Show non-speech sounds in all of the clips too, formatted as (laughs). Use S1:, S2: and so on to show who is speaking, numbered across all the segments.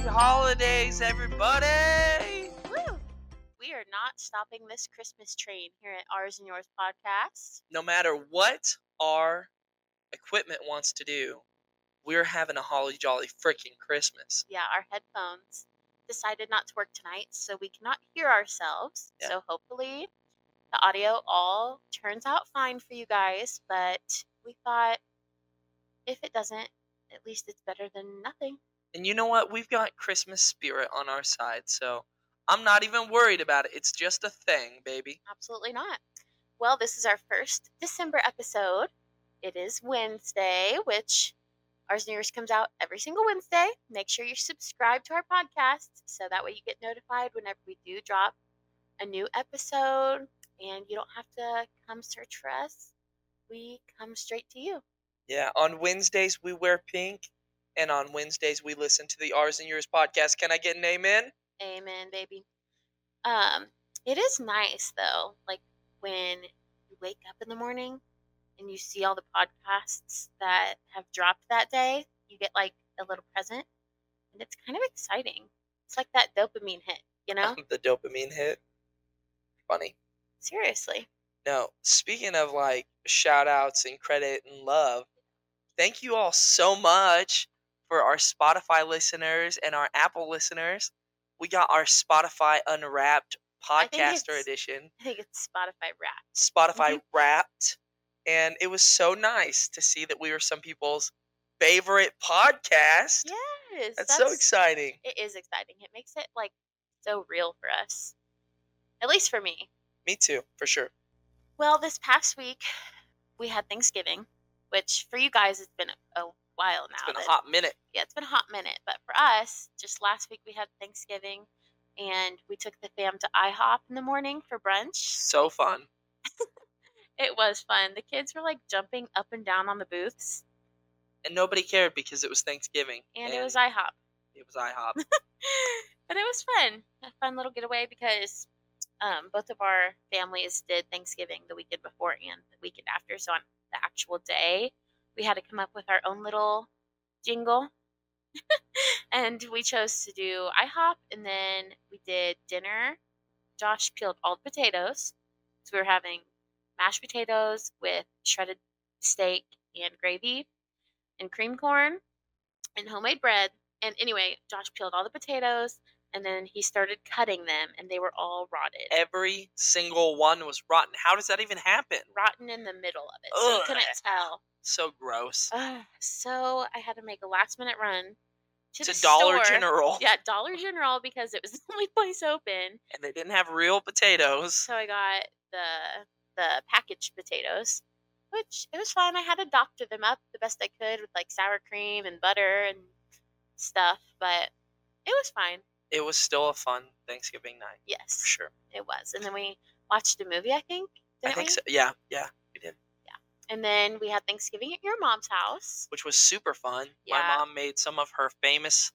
S1: holidays, everybody!
S2: Woo! We are not stopping this Christmas train here at Ours and Yours podcast.
S1: No matter what our equipment wants to do, we're having a holly jolly freaking Christmas.
S2: Yeah, our headphones decided not to work tonight, so we cannot hear ourselves.
S1: Yeah.
S2: So hopefully the audio all turns out fine for you guys, but we thought if it doesn't, at least it's better than nothing.
S1: And you know what? We've got Christmas spirit on our side, so I'm not even worried about it. It's just a thing, baby.
S2: Absolutely not. Well, this is our first December episode. It is Wednesday, which ours and yours comes out every single Wednesday. Make sure you subscribe to our podcast so that way you get notified whenever we do drop a new episode and you don't have to come search for us. We come straight to you.
S1: Yeah, on Wednesdays we wear pink, and on Wednesdays we listen to the Ours and Yours podcast. Can I get an amen?
S2: Amen, baby. Um, it is nice though, like when you wake up in the morning and you see all the podcasts that have dropped that day, you get like a little present, and it's kind of exciting. It's like that dopamine hit, you know?
S1: (laughs) the dopamine hit. Funny.
S2: Seriously. (laughs)
S1: No, speaking of like shout outs and credit and love, thank you all so much for our Spotify listeners and our Apple listeners. We got our Spotify Unwrapped
S2: think
S1: Podcaster
S2: it's-
S1: Edition,
S2: I think it's Spotify Wrapped.
S1: Spotify
S2: Mhm.
S1: Wrapped. And it was so nice to see that we were some people's favorite podcast.
S2: Yes,
S1: that's, so exciting.
S2: It is exciting. It makes it like so real for us, at least for me.
S1: Me too, for sure.
S2: Well, this past week we had Thanksgiving, which for you guys it's been a while now.
S1: It's been
S2: but-
S1: a hot minute.
S2: Yeah, it's been a hot minute, but for us, just last week we had Thanksgiving, and we took the fam to IHOP in the morning for brunch.
S1: So fun.
S2: It was fun. The kids were like jumping up and down on the booths,
S1: And nobody cared because it was Thanksgiving.
S2: and it was IHOP. (laughs)
S1: it was IHOP.
S2: but it was fun. A fun little getaway because um, both of our families did Thanksgiving the weekend before and the weekend after. So on the actual day, we had to come up with our own little jingle. (laughs) and we chose to do IHOP and then we did dinner. Josh peeled all the potatoes. So we were having mashed potatoes with shredded steak and gravy and cream corn and homemade bread. And anyway, Josh peeled all the potatoes and then he started cutting them and they were all rotted.
S1: Eh. every single one was rotten. How does that even happen?
S2: rotten in the middle of it. So you couldn't
S1: Ugh.
S2: tell.
S1: So gross.
S2: Ugh, so I had to make a last minute run to
S1: It's
S2: the
S1: a Dollar
S2: store.
S1: General,
S2: Yeah, Dollar General because it was (laughs) the only place open.
S1: and they didn't have real potatoes.
S2: So I got the the packaged potatoes, which it was fine. I had to doctor them up the best I could with like sour cream and butter and stuff, but it was fine.
S1: It was still a fun Thanksgiving night
S2: Yes.
S1: for sure.
S2: It was. And then we watched a movie, I think.
S1: I
S2: Didn't
S1: think
S2: we?
S1: so. Yeah, yeah,
S2: And then we had Thanksgiving at your mom's house.
S1: which was super fun.
S2: Yeah.
S1: My mom made some of her famous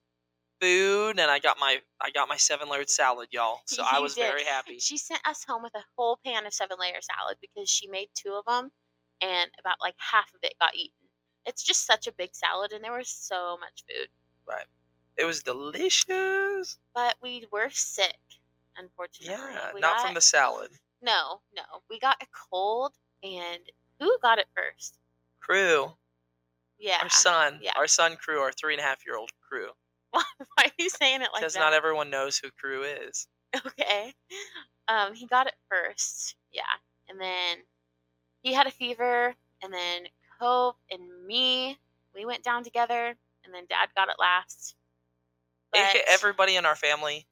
S1: food, and I got my I got my seven layered salad, y'all.
S2: (laughs)
S1: So I
S2: You
S1: was
S2: did.
S1: very
S2: (laughs)
S1: happy.
S2: She sent us home with a whole pan of seven layer salad because she made two of them and about like half of it got eaten. It's just such a big salad and there was so much food.
S1: It was delicious.
S2: But we were sick, unfortunately.
S1: Yeah,
S2: We
S1: not from
S2: got-
S1: the salad.
S2: No, no. We got a cold and who got it first?
S1: Crew,
S2: Yeah.
S1: our son,
S2: Yeah.
S1: our son crew, our three and a half year old crew,
S2: (laughs) Why are you saying it like that?
S1: because not everyone knows who crew is.
S2: okay. Um, he got it first, yeah, and then he had a fever, and then Cove and me, we went down together, and then Dad got it last.
S1: it hit
S2: But-
S1: everybody in our family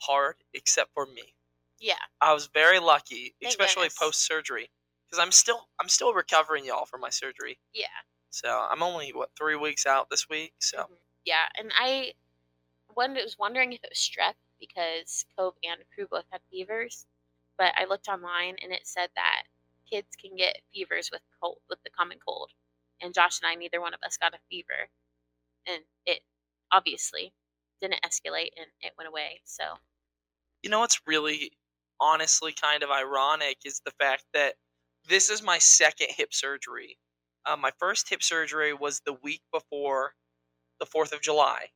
S1: hard except for me.
S2: yeah,
S1: I was very lucky,
S2: Thank
S1: especially
S2: goodness.
S1: post surgery, because I'm still I'm still recovering, y'all, from my surgery.
S2: yeah,
S1: So I'm only what three weeks out this week. So
S2: mhm, yeah, and I wondered, was wondering if it was strep because Cove and Crew both had fevers, but I looked online and it said that kids can get fevers with cold with the common cold, and Josh and I neither one of us got a fever, and it obviously didn't escalate and it went away. So
S1: you know what's really honestly kind of ironic is the fact that this is my second hip surgery. Uh, my first hip surgery was the week before the Fourth of July,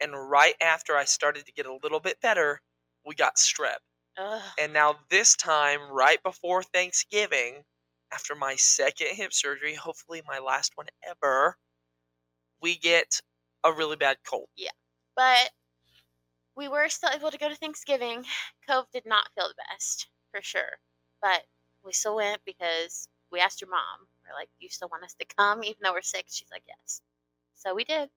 S1: And right after I started to get a little bit better, we got strep.
S2: Ugh.
S1: And now this time, right before Thanksgiving, after my second hip surgery, hopefully my last one ever, we get a really bad cold.
S2: But we were still able to go to Thanksgiving. Cove did not feel the best, for sure. But we still went because we asked your mom. We're like, Do you still want us to come even though we're sick? She's like, Yes. So we did.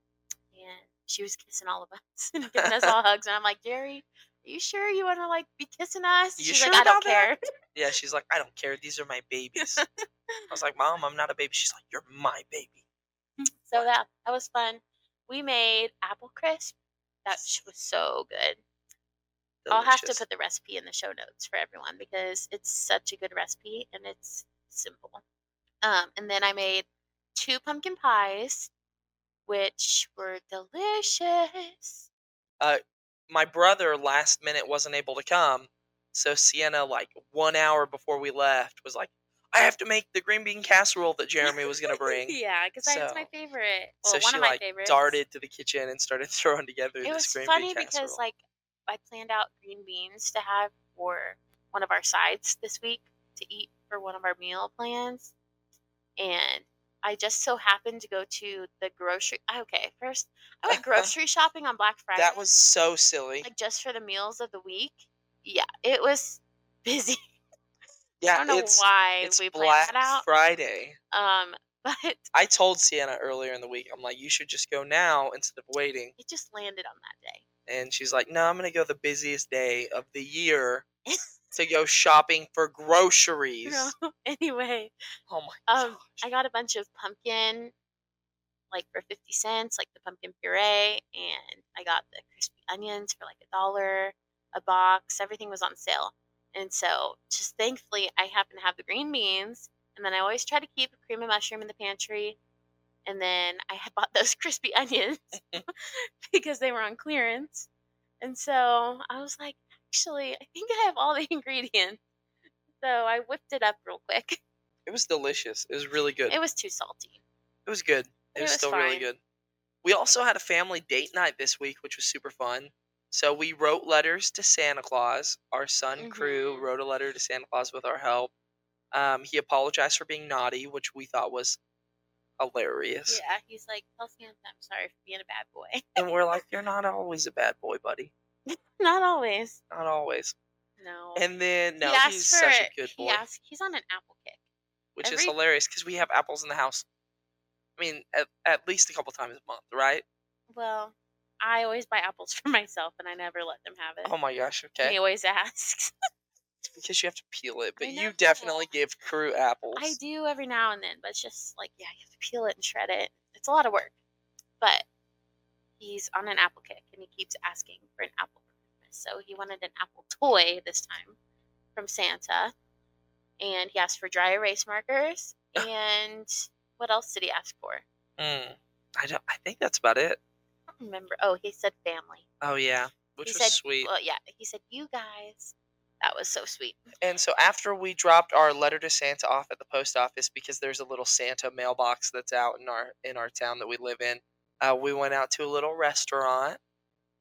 S2: And she was kissing all of us (laughs) and giving us all hugs. And I'm like, Jerry, are you sure you want to like be kissing us?
S1: You
S2: She's
S1: sure
S2: like, I don't
S1: about that?"
S2: care.
S1: Yeah, she's like, I don't care. These are my babies. I was like, Mom, I'm not a baby. She's like, You're my baby.
S2: So yeah, that was fun. We made apple crisp. That sh- was so good. I'll have to
S1: Delicious.
S2: put the recipe in the show notes for everyone because it's such a good recipe and it's simple. Um, and then I made two pumpkin pies, which were delicious.
S1: my brother last minute wasn't able to come. So Sienna, like one hour before we left, was like, I have to make the green bean casserole that Jeremy was
S2: (laughs)
S1: gonna bring.
S2: yeah, because that's my
S1: So-
S2: favorite. Well,
S1: so
S2: one
S1: she
S2: of my
S1: like
S2: favorites.
S1: darted to the kitchen and started (laughs) throwing together
S2: It
S1: this
S2: was
S1: green
S2: funny
S1: bean casserole.
S2: because like I planned out green beans to have for one of our sides this week to eat for one of our meal plans, and I just so happened to go to the grocery. ah, Okay, first I
S1: (laughs)
S2: went grocery shopping on Black Friday.
S1: that was so silly.
S2: like just for the meals of the week. Yeah, it was (laughs) busy.
S1: yeah,
S2: I don't know
S1: it's
S2: why
S1: it's
S2: we planned
S1: Black
S2: that out.
S1: Friday.
S2: Um, (laughs) but
S1: I told Sienna earlier in the week, I'm like, you should just go now instead of waiting.
S2: it just landed on that day.
S1: And she's like, no, I'm gonna go the busiest day of the year
S2: (laughs)
S1: to go shopping for groceries.
S2: No. anyway,
S1: Oh my
S2: Um,
S1: gosh.
S2: I got a bunch of pumpkin, like for 50 cents, like the pumpkin puree, and I got the crispy onions for like a dollar a box. Everything was on sale. And so, just thankfully, I happen to have the green beans. And then I always try to keep a cream of mushroom in the pantry. And then I had bought (laughs) those crispy onions (laughs) because they were on clearance. And so I was like, actually, I think I have all the (laughs) ingredients. So I whipped it up real quick.
S1: It was delicious. It was really good.
S2: It was too salty.
S1: It was good. It,
S2: It
S1: was,
S2: was
S1: still really
S2: fine.
S1: good. We also had a family date night this week, which was super fun. So we wrote letters to Santa Claus. Our son Crew
S2: Mhm.
S1: wrote a letter to Santa Claus with our help. Um, he apologized for being naughty, which we thought was (laughs) hilarious.
S2: Yeah, he's like, tell Santa I'm sorry for being a bad boy. (laughs)
S1: And we're like, "You're not always a bad boy, buddy.
S2: Not always.
S1: Not always."
S2: No.
S1: And then no,
S2: he asked
S1: he's
S2: for
S1: such a good boy,
S2: He asked, he's on an apple kick.
S1: which is
S2: every-
S1: hilarious because we have apples in the house. I mean, at, at least a couple times a month, right?
S2: Well, I always buy apples (laughs) for myself, and I never let them have it.
S1: Oh my gosh!
S2: And
S1: Okay.
S2: He always (laughs) asks.
S1: because you have to peel it. But
S2: I
S1: you
S2: know.
S1: definitely give crew apples.
S2: I do every now and then, but it's just like, yeah, you have to peel it and shred it. It's a lot of work. But he's on an apple kick, and he keeps asking for an apple for Christmas. So he wanted an apple toy this time from Santa, and he asked for dry erase markers.
S1: Ah.
S2: And what else did he ask for?
S1: Mm. I don't. I think that's about it.
S2: I don't remember. Oh, he said family.
S1: Oh yeah, which
S2: he
S1: was
S2: said,
S1: sweet.
S2: Well, yeah, he said you guys. That was so sweet.
S1: And so after we dropped our letter to Santa off at the post office because there's a little Santa mailbox that's out in our in our town that we live in, uh, we went out to a little restaurant,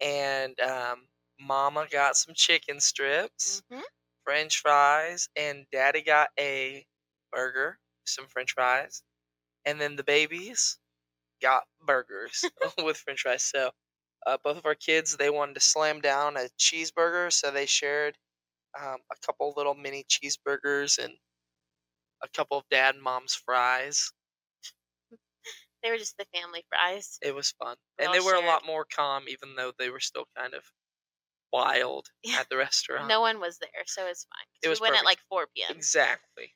S1: and um, Mama got some chicken strips,
S2: Mhm.
S1: French fries, and Daddy got a burger, some French fries, and then the babies got
S2: (laughs)
S1: burgers (laughs) with French fries. So uh, both of our kids they wanted to slam down a cheeseburger, so they shared um, a couple little mini cheeseburgers and a couple of Dad and Mom's fries.
S2: They were just the family fries.
S1: It was fun,
S2: They
S1: and
S2: all
S1: they were a lot
S2: shared.
S1: more calm, even though they were still kind of wild
S2: Yeah. (laughs) Uh-huh.
S1: at the restaurant.
S2: No one was there, so it's fine. 'cause
S1: It was
S2: we went
S1: perfect.
S2: at like 4 p.m.
S1: Exactly.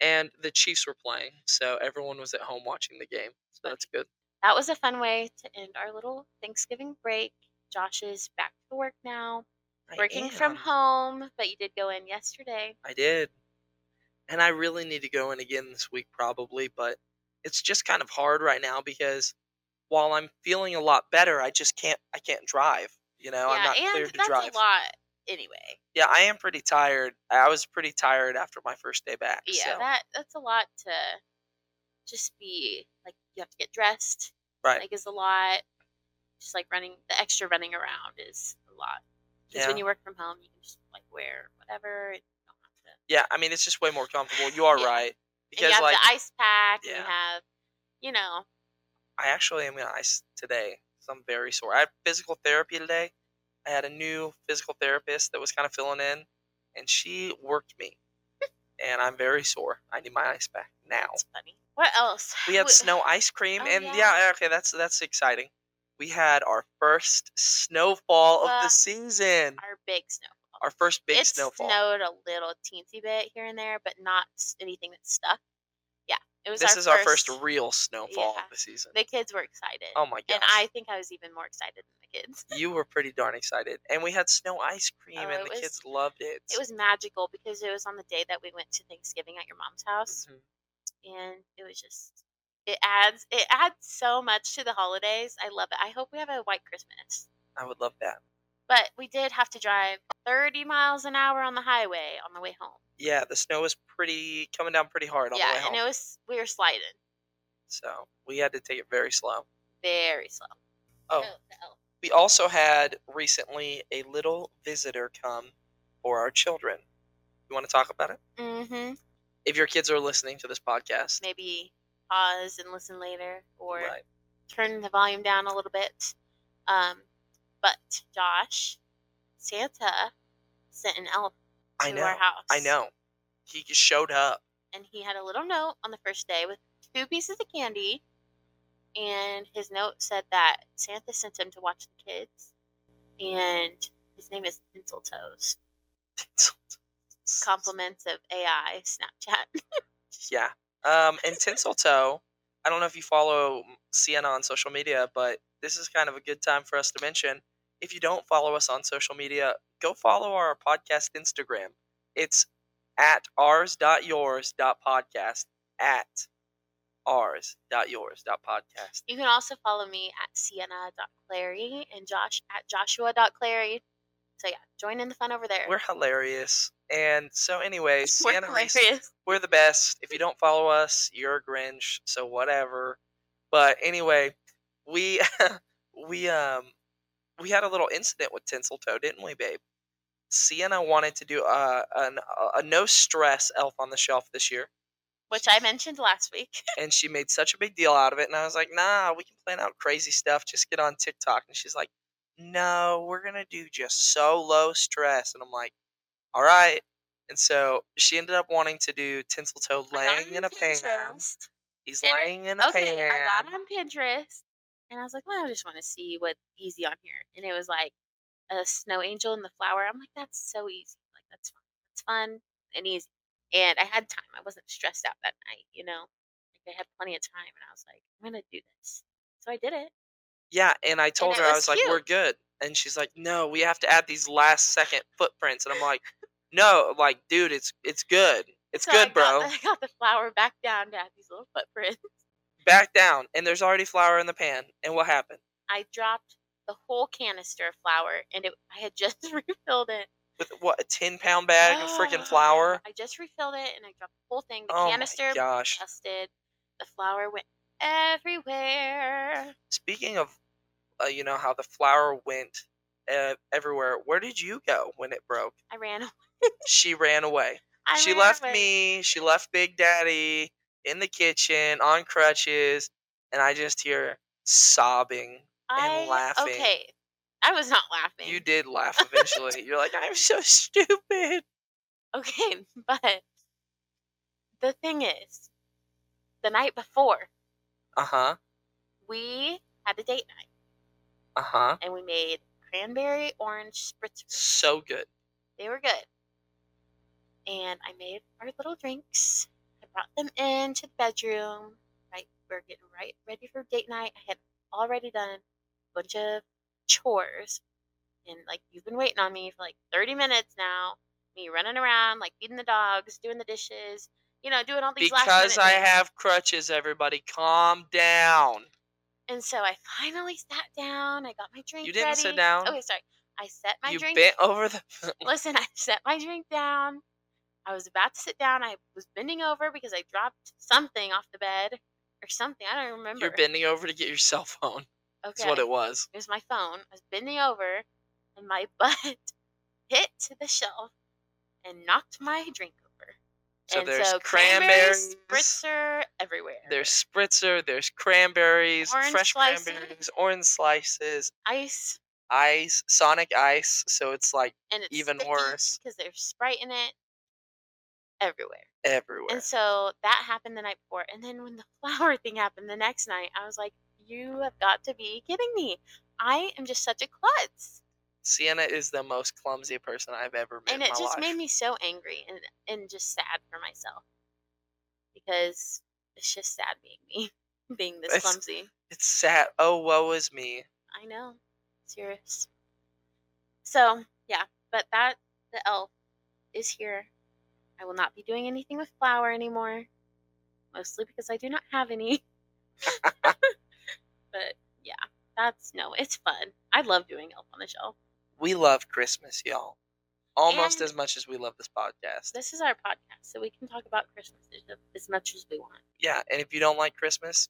S1: And the Chiefs were playing, so everyone was at home watching the game. So that's good.
S2: that was a fun way to end our little Thanksgiving break. Josh is back to work now,
S1: I
S2: working from
S1: am.
S2: home, but you did go in yesterday.
S1: I did. And I really need to go in again this week, probably, but it's just kind of hard right now because while I'm feeling a lot better, I just can't. I can't drive. You know, I'm not
S2: and
S1: cleared to
S2: that's
S1: drive.
S2: a lot anyway.
S1: Yeah, I am pretty tired. I was pretty tired after my first day back.
S2: Yeah,
S1: so,
S2: that that's a lot to just be like you have to get dressed.
S1: right.
S2: Like is a lot. just like running the extra running around is a lot. Because
S1: Yeah.
S2: when you work from home, you can just like wear whatever. And you don't have to. and
S1: Yeah, I mean it's just way more comfortable. You are
S2: Yeah.
S1: right. Because
S2: you have
S1: like
S2: the ice pack. And
S1: yeah.
S2: you have, you know,
S1: I actually am gonna ice today. So I'm very sore. I had physical therapy today. I had a new physical therapist that was kind of filling in, and she worked me. and I'm very sore. I need my ice back now.
S2: it's funny. What else? (laughs)
S1: We had
S2: Wh-
S1: snow ice cream,
S2: Oh,
S1: and yeah.
S2: yeah.
S1: okay, that's that's exciting. We had our first snowfall of the
S2: Wow.
S1: season.
S2: Our big snowfall.
S1: Our first big
S2: it
S1: snowfall.
S2: snowed a little teensy bit here and there, but not s- anything that stuck. Yeah, it was.
S1: This
S2: our
S1: is
S2: first,
S1: our first real snowfall
S2: Yeah.
S1: of the season.
S2: The kids were excited,
S1: oh my gosh.
S2: and I think I was even more excited than the kids.
S1: you were pretty darn excited. And we had snow ice cream,
S2: Oh,
S1: and
S2: it
S1: the
S2: was-
S1: kids loved it.
S2: It was magical because it was on the day that we went to Thanksgiving at your mom's house,
S1: Mhm.
S2: and it was just. It adds it adds so much to the holidays. I love it. I hope we have a white Christmas.
S1: I would love that.
S2: But we did have to drive 30 miles an hour on the highway on the way home.
S1: Yeah, the snow was pretty coming down pretty hard on
S2: yeah,
S1: the way home.
S2: and it was we were sliding
S1: so we had to take it very slow.
S2: very slow.
S1: Oh,
S2: the elf.
S1: we also had recently a little visitor come for our children. You want to talk about it?
S2: Mm-hmm.
S1: If your kids are listening to this podcast,
S2: Maybe pause and listen later, or
S1: right.
S2: turn the volume down a little bit. Um, but Josh, Santa sent an elf to
S1: I know,
S2: our house.
S1: I know, he just showed up.
S2: And he had a little note on the first day with two pieces of candy, and his note said that Santa sent him to watch the kids, and his name is Tinseltoes. Compliments of AI Snapchat.
S1: Yeah. Um, and Tinseltoe, I don't know if you follow Sienna on social media, but this is kind of a good time for us to mention. If you don't follow us on social media, go follow our podcast Instagram. It's at ours.yours.podcast. At ours.yours.podcast.
S2: You can also follow me at sienna.clary and Josh at joshua.clary. So yeah, join in the fun over there. (laughs)
S1: We're hilarious. And so, anyways,
S2: We're
S1: Sienna
S2: hilarious.
S1: Reese we're the best. If you don't follow us, you're a Grinch, so whatever. But anyway, we (laughs) we um we had a little incident with Tinseltoe, didn't we, babe? Sienna wanted to do a, an, a no stress Elf on the Shelf this year,
S2: Which I mentioned last week. (laughs)
S1: and she made such a big deal out of it. And I was like, "Nah, we can plan out crazy stuff. Just get on TikTok." And she's like, "No, we're gonna do just so low stress." And I'm like, "All right." And so she ended up wanting to do Tinseltoe laying in a pan. He's
S2: And I-
S1: laying in a
S2: Okay,
S1: pan.
S2: I got on Pinterest and I was like, well, I just want to see what's easy on here. And it was like a snow angel and the flower. I'm like, that's so easy. Like that's fun. It's fun and easy. And I had time. I wasn't stressed out that night, you know. Like I had plenty of time and I was like, I'm gonna do this. So I did it.
S1: Yeah, and I told
S2: it
S1: her I
S2: was
S1: was like, "We're good," and she's like, "No, we have to add these last second footprints," and I'm like, "No, like, dude, it's it's good, it's
S2: So I
S1: good,
S2: got-
S1: bro.
S2: I got the (laughs) flower back down to have these little footprints. (laughs)
S1: Back down." And there's already flour in the pan. And what happened
S2: I dropped the whole canister of flour, and it, I had just (laughs) refilled it.
S1: with what a ten pound bag of
S2: (gasps)
S1: freaking flour?
S2: I just refilled it, and I dropped the whole thing. The
S1: Oh
S2: canister
S1: my gosh!
S2: busted. The flour went everywhere.
S1: Speaking of, uh, you know how the flour went uh, everywhere. Where did you go when it broke?
S2: I ran. (laughs) away.
S1: She ran away.
S2: I
S1: she
S2: ran
S1: left
S2: away.
S1: me. She left Big Daddy in the kitchen on crutches, and I just hear sobbing.
S2: I,
S1: laughing.
S2: Okay, I was not laughing.
S1: You did
S2: (laughs)
S1: laugh eventually. You're like, I'm so stupid.
S2: Okay, (laughs) but the thing is, the night before
S1: Uh huh.
S2: we had a date night.
S1: Uh huh.
S2: and we made cranberry orange spritzer.
S1: So good.
S2: They were good. And I made our little drinks. I brought them into the bedroom. Right, we are getting right ready for date night. I had already done a bunch of chores, and like you've been waiting on me for like 30 minutes now. Me running around, like feeding the dogs, doing the dishes, you know, doing all these last
S1: Because
S2: minute
S1: I
S2: things.
S1: have crutches, everybody, calm down.
S2: And so I finally sat down. I got my drink.
S1: didn't sit
S2: ready.
S1: down.
S2: Okay, sorry. I set my
S1: you
S2: drink
S1: bent over the.
S2: Listen, (laughs) I set my drink down. I was about to sit down. I was bending over because I dropped something off the bed or something. I don't remember.
S1: You're bending over to get your (laughs) cell phone.
S2: Okay.
S1: That's what it was.
S2: It was my phone. I was bending over, and my (laughs) butt hit the shelf and knocked my drink over.
S1: So
S2: and
S1: there's
S2: so
S1: cranberries.
S2: spritzer everywhere.
S1: There's spritzer. There's cranberries,
S2: Orange
S1: fresh
S2: slices.
S1: cranberries, orange slices,
S2: ice,
S1: ice, Sonic ice. So it's like
S2: and it's
S1: Even worse.
S2: because there's Sprite in it everywhere.
S1: everywhere.
S2: And so that happened the night before. And then when the (laughs) flower thing happened the next night, I was like, you have got to be kidding me. I am just such a klutz.
S1: Sienna is the most clumsy person I've ever met.
S2: and
S1: in
S2: it
S1: my
S2: just
S1: life.
S2: made me so angry and, and just sad for myself because it's just sad being me, (laughs) being this
S1: It's-
S2: clumsy.
S1: It's sad. Oh, woe is me.
S2: I know, serious. So yeah, but that the elf is here. I will not be doing anything with flour anymore, mostly because I do not have any. (laughs) but yeah, that's no, it's fun. I love doing elf on the shelf.
S1: We love Christmas, y'all, almost
S2: And-
S1: as much as we love this podcast.
S2: This is our podcast, so we can talk about Christmas as- as much as we want.
S1: yeah, and if you don't like Christmas,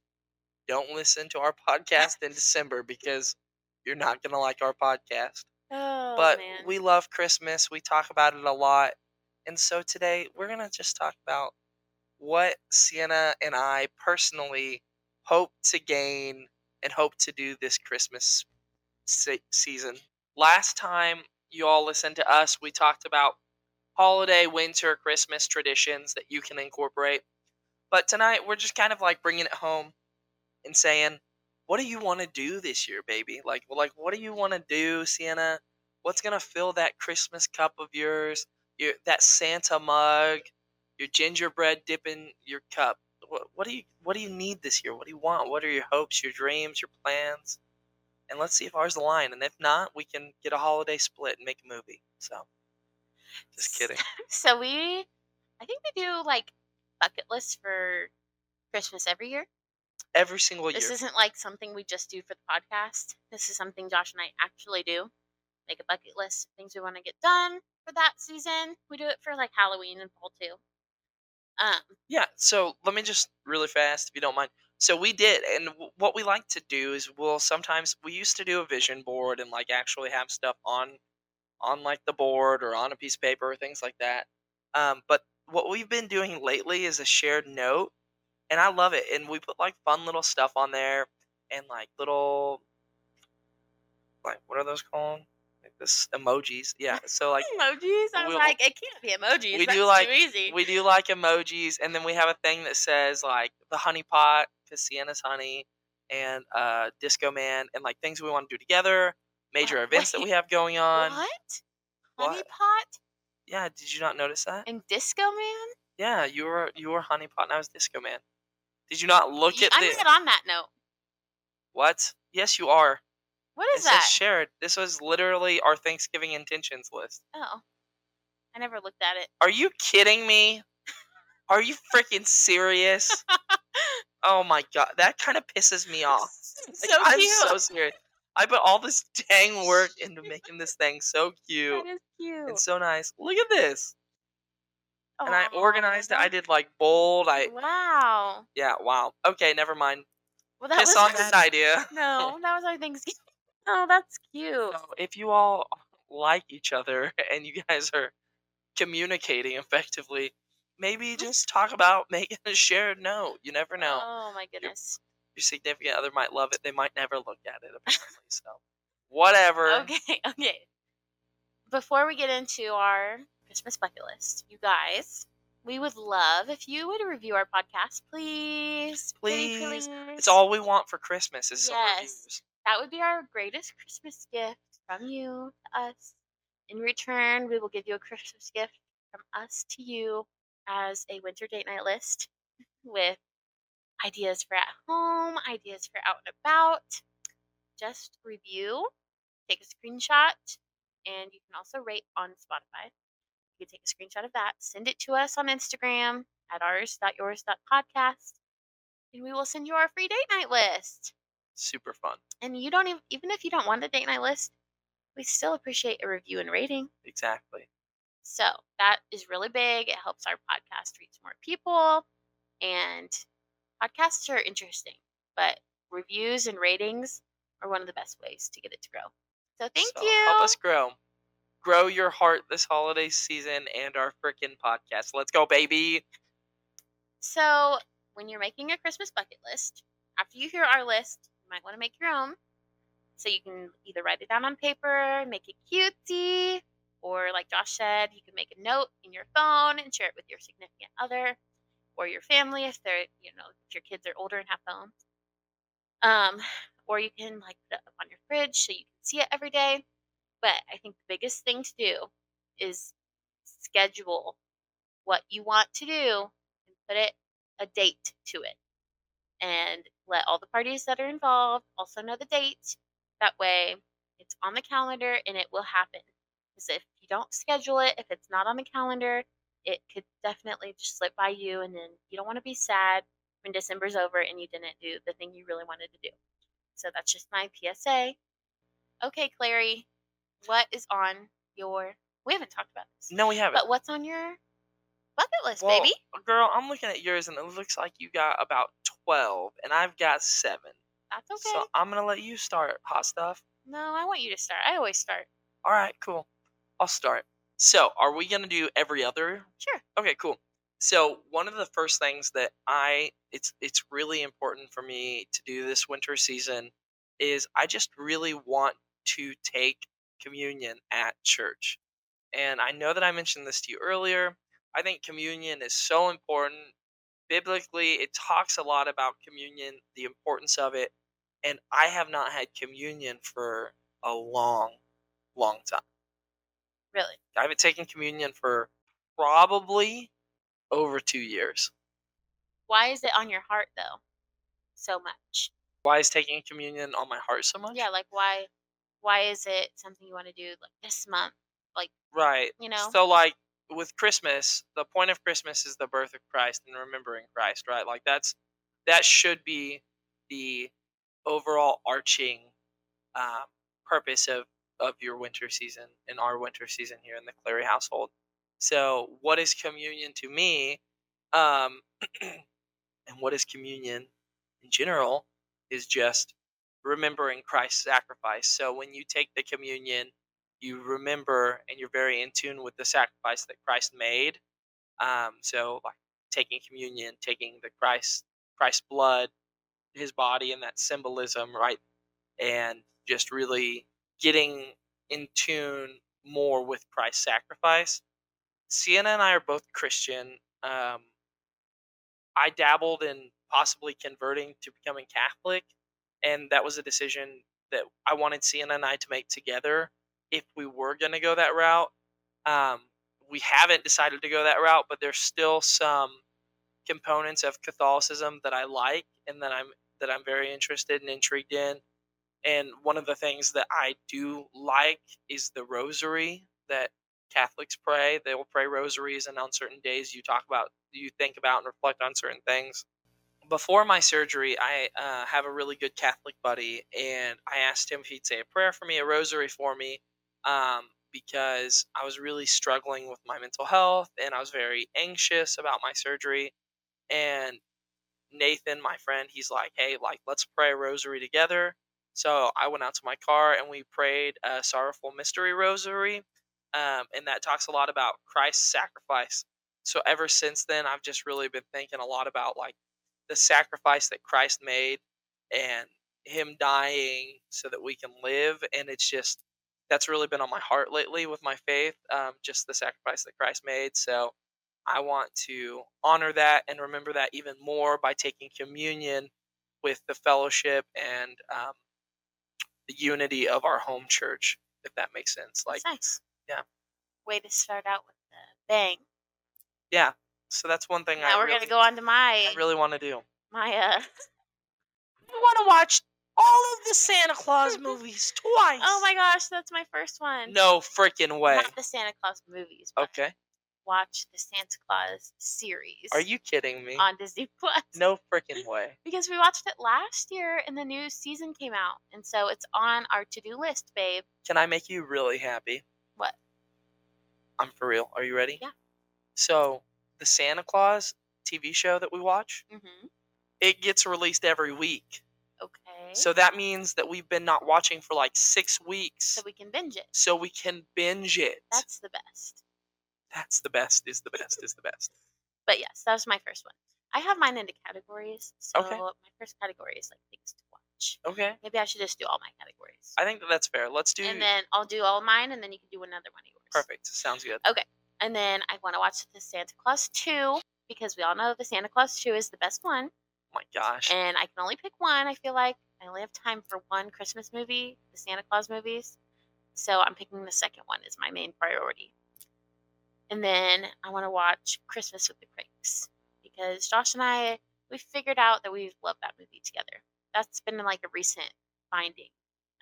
S1: don't listen
S2: (laughs)
S1: to our (laughs) podcast in December because you're not gonna like our podcast.
S2: Oh
S1: but
S2: man.
S1: we love Christmas. We talk about it a lot. And so today we're going to just talk about what Sienna and I personally hope to gain and hope to do this Christmas se- season. Last time you all listened to us, we talked about holiday, winter, Christmas traditions that you can incorporate. But tonight we're just kind of like bringing it home and saying, what do you want to do this year, baby? Like, like, what do you want to do, Sienna? what's gonna fill that Christmas cup of yours, your that Santa mug, your gingerbread dipping your cup? What, what do you what do you need this year? What do you want? What are your hopes, your dreams, your plans? And let's see if ours align. And if not, we can get a holiday split and make a movie. So, just kidding.
S2: So we, I think we do like bucket lists for Christmas every year.
S1: Every single year,
S2: This isn't like something we just do for the podcast. This is something Josh and I actually do. Make a bucket list of things we want to get done for that season. We do it for like Halloween and fall too. Um,
S1: Yeah, so let me just really fast, if you don't mind. So we did, and w- what we like to do is we'll sometimes we used to do a vision board and like actually have stuff on, on like the board or on a piece of paper or things like that. Um, but what we've been doing lately is a shared note, and I love it. And we put like fun little stuff on there and like little, like what are those called? Like this emojis. Yeah. So like
S2: (laughs) emojis. I was
S1: we'll-
S2: like, it can't be emojis.
S1: we
S2: That's
S1: do, like-
S2: too easy.
S1: we do like emojis, and then we have a thing that says like the honey pot, because Sienna's honey, and uh, Disco Man, and like things we want to do together, major
S2: Wha-
S1: events that we have going on.
S2: what? Honey
S1: What?
S2: pot
S1: Yeah, did you not notice that?
S2: and Disco Man.
S1: Yeah, you were you were honey pot, and I was Disco Man. Did you not look
S2: You-
S1: at
S2: I'm
S1: the
S2: not on that note.
S1: what? Yes, you are.
S2: What is
S1: it
S2: that?
S1: says shared. This was literally our Thanksgiving intentions list.
S2: oh, I never looked at it.
S1: Are you kidding me? Are you freaking
S2: (laughs)
S1: serious? oh my god, that kind of pisses me
S2: (laughs)
S1: off. Like,
S2: so
S1: I'm
S2: cute.
S1: so serious. I put all this (laughs) dang work
S2: (laughs)
S1: into making this thing so cute
S2: that is cute.
S1: and so nice. Look at this. And I
S2: Aw,
S1: organized it. I did like bold. I
S2: Wow.
S1: yeah. Wow. Okay. Never mind.
S2: Well, that
S1: Piss
S2: was
S1: on
S2: our-
S1: this idea. (laughs)
S2: No, that was our Thanksgiving. Oh, that's cute.
S1: So if you all like each other (laughs) and you guys are communicating effectively, maybe just talk about (laughs) making a shared note. You never know.
S2: Oh my
S1: (laughs)
S2: goodness.
S1: Your significant other might love it. They might never look at it. Apparently. So
S2: (laughs)
S1: whatever.
S2: Okay, (laughs) okay. Before we get into our Christmas bucket list, you guys, we would love if you would review our podcast, please. pretty
S1: Please.
S2: please.
S1: It's all we want for Christmas is some
S2: Yes.
S1: reviews.
S2: That would be our greatest Christmas gift from you to us. In return, we will give you a Christmas gift from us to you as a winter date night list (laughs) with ideas for at home, ideas for out and about. Just review, take a screenshot, and you can also rate on Spotify. You can take a screenshot of that, send it to us on Instagram at ours.yours.podcast, and we will send you our free date night list
S1: super fun.
S2: and you don't even even if you don't want a date night list, we still appreciate a review and rating.
S1: Exactly.
S2: So that is really big. It helps our podcast reach more people, and podcasts are interesting, but reviews and ratings are one of the best ways to get it to grow. So thank
S1: So
S2: you.
S1: Help us grow. Grow your heart this holiday season and our freaking podcast. Let's go, baby.
S2: So, when you're making a Christmas bucket list, after you hear our list, you might want to make your own. So, you can either write it down on paper, make it cutesy, or like Josh said, you can make a note in your phone and share it with your significant other or your family if they're, you know, if your kids are older and have phones. Um, or you can like put it up on your fridge so you can see it every day. But I think the biggest thing to do is schedule what you want to do and put it a date to it and let all the parties that are involved also know the date that way it's on the calendar and it will happen because if you don't schedule it if it's not on the calendar it could definitely just slip by you and then you don't want to be sad when december's over and you didn't do the thing you really wanted to do so that's just my psa okay clary what is on your we haven't talked about this
S1: No, we haven't.
S2: but what's on your bucket list,
S1: Well,
S2: baby?
S1: Girl, I'm looking at yours and it looks like you got about 12 and I've got seven.
S2: That's okay.
S1: So I'm going to let you start, hot stuff.
S2: no, I want you to start. I always start.
S1: All right, cool. I'll start. So, are we going to do every other?
S2: Sure.
S1: Okay, cool. So, one of the first things that I it's it's really important for me to do this winter season is I just really want to take communion at church. And I know that I mentioned this to you earlier. I think communion is so important. Biblically, it talks a lot about communion, the importance of it, and I have not had communion for a long long time.
S2: Really?
S1: I haven't taken communion for probably over two years.
S2: Why is it on your heart though? So much.
S1: Why is taking communion on my heart so much?
S2: Yeah, like why why is it something you want to do like this month?
S1: Right.
S2: You know?
S1: So like with Christmas, the point of Christmas is the birth of Christ and remembering Christ, right? Like that's that should be the overall arching um, purpose of of your winter season and our winter season here in the Clary household. So what is communion to me? Um, (clears throat) and what is communion in general is just remembering Christ's sacrifice. So when you take the communion, you remember and you're very in tune with the sacrifice that Christ made. Um, so like taking communion, taking the Christ Christ's blood, his body, and that symbolism, right? And just really getting in tune more with Christ's sacrifice. Sienna and I are both Christian. Um, I dabbled in possibly converting to becoming Catholic, and that was a decision that I wanted Sienna and I to make together if we were going to go that route. Um, we haven't decided to go that route, but there's still some components of Catholicism that I like and that I'm that I'm very interested and intrigued in. And one of the things that I do like is the rosary that Catholics pray. They will pray rosaries, and on certain days, you talk about, you think about, and reflect on certain things. Before my surgery, I uh, have a really good Catholic buddy, and I asked him if he'd say a prayer for me, a rosary for me, um, because I was really struggling with my mental health, and I was very anxious about my surgery. And Nathan, my friend, he's like, "Hey, like, let's pray a rosary together." So I went out to my car and we prayed a sorrowful mystery rosary um, and that talks a lot about Christ's sacrifice. So ever since then, I've just really been thinking a lot about like the sacrifice that Christ made and Him dying so that we can live. And it's just that's really been on my heart lately with my faith, um, just the sacrifice that Christ made. So I want to honor that and remember that even more by taking communion with the fellowship and um, the unity of our home church, if that makes sense. Like.
S2: That's nice.
S1: yeah.
S2: Way to start out with the bang.
S1: So that's one thing I
S2: now we're
S1: really,
S2: gonna go on to my
S1: I really want to do. (laughs)
S2: my uh
S1: I want to watch all of the Santa
S2: (laughs)
S1: Claus movies twice.
S2: Oh my gosh, that's my first one.
S1: No freaking way.
S2: Not the Santa Claus movies, but
S1: Okay.
S2: watch the Santa Claus series
S1: Are you kidding me?
S2: on Disney Plus.
S1: No
S2: (laughs)
S1: freaking way.
S2: because we watched it last year and the new season came out and so it's on our to-do list babe
S1: Can I make you really happy?
S2: What?
S1: I'm for real. Are you ready?
S2: Yeah.
S1: So, the Santa Claus TV show that we watch,
S2: mm-hmm.
S1: it gets released every week.
S2: okay
S1: So that means that we've been not watching for like six weeks,
S2: so we can binge it.
S1: so we can binge it.
S2: That's the best.
S1: That's the best. Is the best. Is the best.
S2: But yes, that was my first one. I have mine into categories. So
S1: Okay.
S2: my first category is like things to watch.
S1: Okay,
S2: Maybe I should just do all my categories.
S1: I think that that's fair. Let's do
S2: and then I'll do all mine and then you can do another one of yours.
S1: perfect. Sounds good.
S2: And then I want to watch The Santa Claus 2 because we all know The Santa Claus 2 is the best one.
S1: Oh my gosh,
S2: And I can only pick one, I feel like. I only have time for one Christmas movie, the Santa Claus movies. So I'm picking the second one as my main priority. And then I want to watch Christmas with the Crakes because Josh and I, we figured out that we love that movie together. That's been like a recent finding,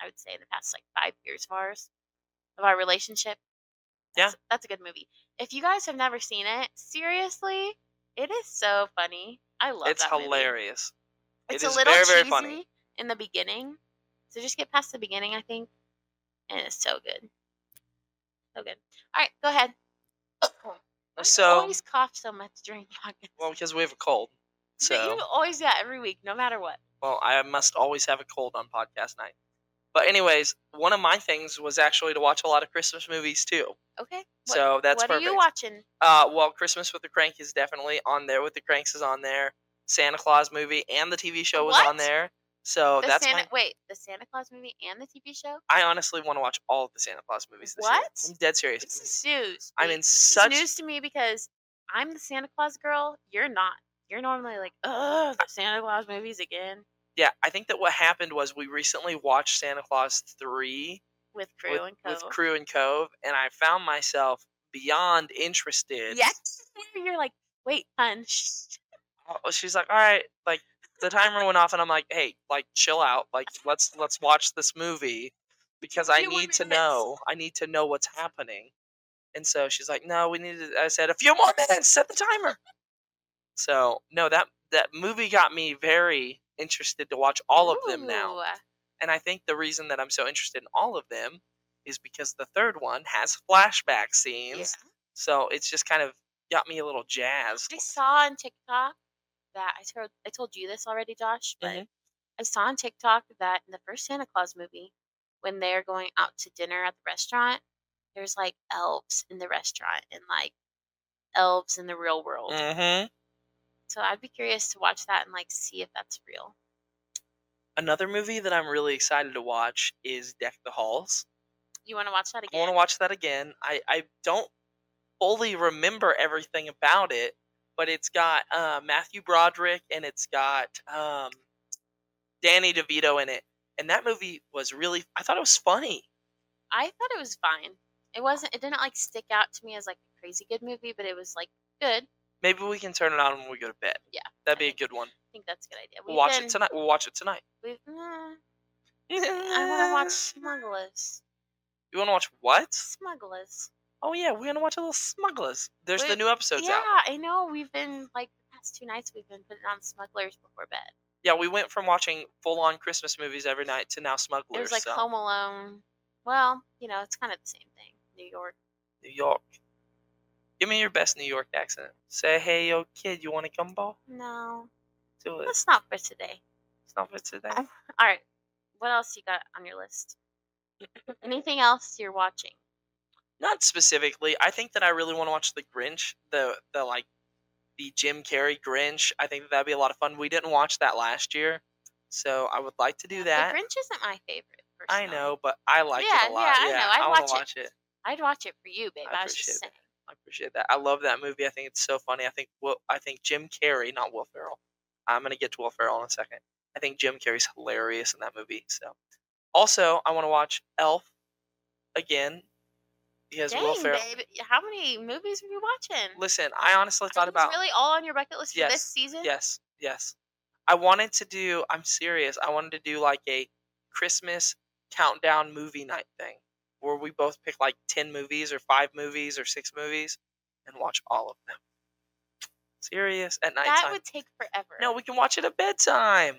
S2: I would say, in the past like five years of ours, of our relationship.
S1: Yeah.
S2: That's, that's a good movie. If you guys have never seen it, seriously, it is so funny. I love
S1: it's
S2: that movie.
S1: hilarious. It
S2: It's
S1: is
S2: a little
S1: very,
S2: cheesy
S1: very funny.
S2: in the beginning. So just get past the beginning, I think. And it's so good. So good. All right, go ahead. Why do you
S1: So,
S2: always cough so much during (laughs) podcasts.
S1: well, because we have a cold. So,
S2: you always yeah, every week, no matter what.
S1: well, I must always have a cold on podcast night. But anyways, one of my things was actually to watch a lot of Christmas movies too.
S2: Okay. What,
S1: So that's
S2: what
S1: perfect.
S2: are you watching?
S1: Uh, well, Christmas with the Crank is definitely on there. With the Cranks is on there. Santa Claus movie and the TV show was on
S2: What?
S1: there. So
S2: the
S1: that's
S2: Santa
S1: my.
S2: wait, the Santa Claus movie and the TV show?
S1: I honestly want to watch all of the Santa Claus movies this year.
S2: What?
S1: I'm dead serious.
S2: This is news.
S1: I'm
S2: Wait,
S1: in
S2: this
S1: such-
S2: is news to me because I'm the Santa Claus girl. You're not. You're normally like, ugh, the Santa Claus movies again
S1: yeah, I think that what happened was we recently watched Santa Claus 3
S2: with crew
S1: with,
S2: and co.
S1: with Crew and Cove, and I found myself beyond interested.
S2: Yes. Where you're like, wait, hun, shh.
S1: Oh, She's like, all right, like the timer went off, and I'm like, hey, like chill out, like let's let's watch this movie because I
S2: 51
S1: need to
S2: minutes.
S1: know, I need to know what's happening. And so she's like, no, we need to. I said, a few more minutes, set the timer. So no, that that movie got me very interested to watch all of them now.
S2: Ooh,
S1: And I think the reason that I'm so interested in all of them is because the third one has flashback scenes.
S2: yeah.
S1: So it's just kind of got me a little jazzed.
S2: I saw on TikTok that I told I told you this already, Josh, but
S1: Mhm.
S2: I saw on TikTok that in the first Santa Claus movie, when they're going out to dinner at the restaurant, there's like elves in the restaurant and like elves in the real world.
S1: Mm-hmm.
S2: So I'd be curious to watch that and like see if that's real.
S1: Another movie that I'm really excited to watch is Deck the Halls.
S2: You want to watch that
S1: I want
S2: again?
S1: to watch that again. I, I don't fully remember everything about it, but it's got uh, Matthew Broderick and it's got um, Danny DeVito in it. And that movie was really, I thought it was funny.
S2: I thought it was fine. It wasn't. It didn't like stick out to me as like a crazy good movie, but it was like good.
S1: Maybe we can turn it on when we go to bed.
S2: Yeah,
S1: That'd
S2: I
S1: be a
S2: think-
S1: good one.
S2: I think that's a good idea.
S1: We'll
S2: We've
S1: watch
S2: been-
S1: it tonight. We'll watch it tonight.
S2: We've, nah, (laughs) I
S1: (laughs)
S2: want to watch Smugglers.
S1: You want to watch what?
S2: Smugglers.
S1: Oh yeah, we're gonna watch a little Smugglers. There's the
S2: Wait,
S1: new episodes
S2: yeah,
S1: out.
S2: I know. We've been like the past two nights we've been putting on Smugglers before bed.
S1: Yeah, we went from watching full-on Christmas movies every night to now Smugglers.
S2: It was like
S1: so.
S2: Home Alone. Well, you know, it's kind of the same thing. New York.
S1: New York. Give me your best New York accent. Say, hey, yo, kid, you want a gumball?
S2: No,
S1: Do it.
S2: that's not for today.
S1: It's not for today.
S2: I- All right, what else you got on your
S1: (clears throat)
S2: list? Anything else you're watching?
S1: Not specifically. I think that I really want to watch the Grinch, the the like the Jim Carrey Grinch. I think that that'd be a lot of fun. We didn't watch that last year, so I would like to do that.
S2: The Grinch isn't my favorite.
S1: I
S2: personally.
S1: know, but I liked
S2: Yeah,
S1: it a
S2: yeah,
S1: lot.
S2: I know. I'd
S1: want
S2: watch
S1: to
S2: it.
S1: watch it.
S2: I'd watch it for you, babe.
S1: I
S2: I, was just
S1: appreciate
S2: saying.
S1: that. I appreciate that. I love that movie. I think it's so funny. I think Will, I think Jim Carrey, not Will Ferrell. I'm gonna get to Will Ferrell in a second. I think Jim Carrey's hilarious in that movie. So, also, I want to watch Elf again because Will
S2: Dang,
S1: Ferrell.
S2: babe, how many movies were you watching?
S1: Listen, I honestly
S2: That
S1: thought
S2: was
S1: about
S2: really all on your bucket list for
S1: Yes,
S2: this season.
S1: yes, yes. I wanted to do. I'm serious. I wanted to do like a Christmas countdown movie night thing where we both pick like ten movies or five movies or six movies and watch all of them. Serious at nighttime.
S2: that would take forever.
S1: no, we can watch it at bedtime.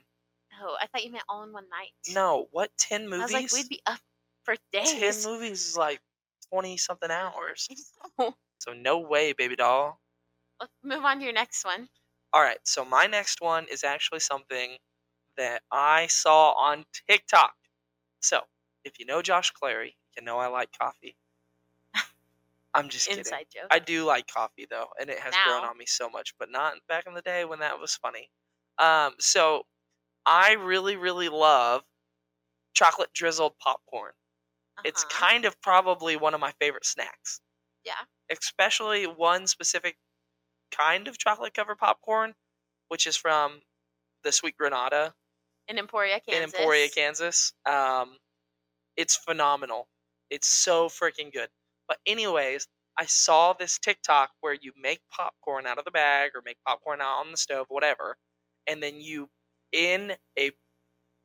S2: oh, I thought you meant all in one night.
S1: No, what ten
S2: I
S1: movies?
S2: was like, we'd be up for
S1: ten
S2: days.
S1: movies is like twenty something
S2: (laughs)
S1: hours.
S2: Let's
S1: So no way, baby doll.
S2: move on to your next one.
S1: All right, so my next one is actually something that I saw on TikTok. So, if you know Josh Clary, you know I like coffee. I'm just kidding.
S2: Inside joke.
S1: I do like coffee though, and it has grown
S2: Now.
S1: on me so much, but not back in the day when that was funny. Um, so I really, really love chocolate drizzled popcorn. It's
S2: Uh-huh.
S1: kind of probably one of my favorite snacks.
S2: Yeah.
S1: Especially one specific kind of chocolate covered popcorn, which is from the Sweet Granada
S2: in Emporia, Kansas.
S1: in Emporia, Kansas. Um, it's phenomenal. It's so freaking good. But anyways, I saw this TikTok where you make popcorn out of the bag or make popcorn out on the stove, whatever, and then you in a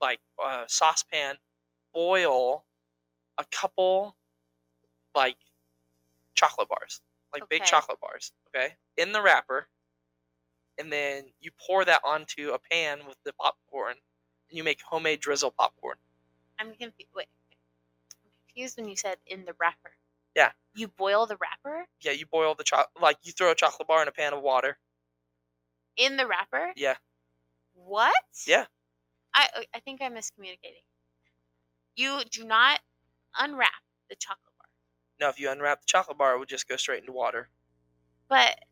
S1: like uh, saucepan boil a couple like chocolate bars, like big
S2: Okay.
S1: chocolate bars, okay, in the wrapper, and then you pour that onto a pan with the popcorn, and you make homemade drizzle popcorn.
S2: I'm confused. Wait. I'm confused when you said in the wrapper.
S1: Yeah.
S2: You boil the wrapper
S1: Yeah, you boil the chocolate, like you throw a chocolate bar in a pan of water.
S2: in the wrapper.
S1: Yeah.
S2: What?
S1: Yeah.
S2: I uh, I think I'm miscommunicating. You do not unwrap the chocolate bar,
S1: Now, if you unwrap the chocolate bar, it would just go straight into water.
S2: but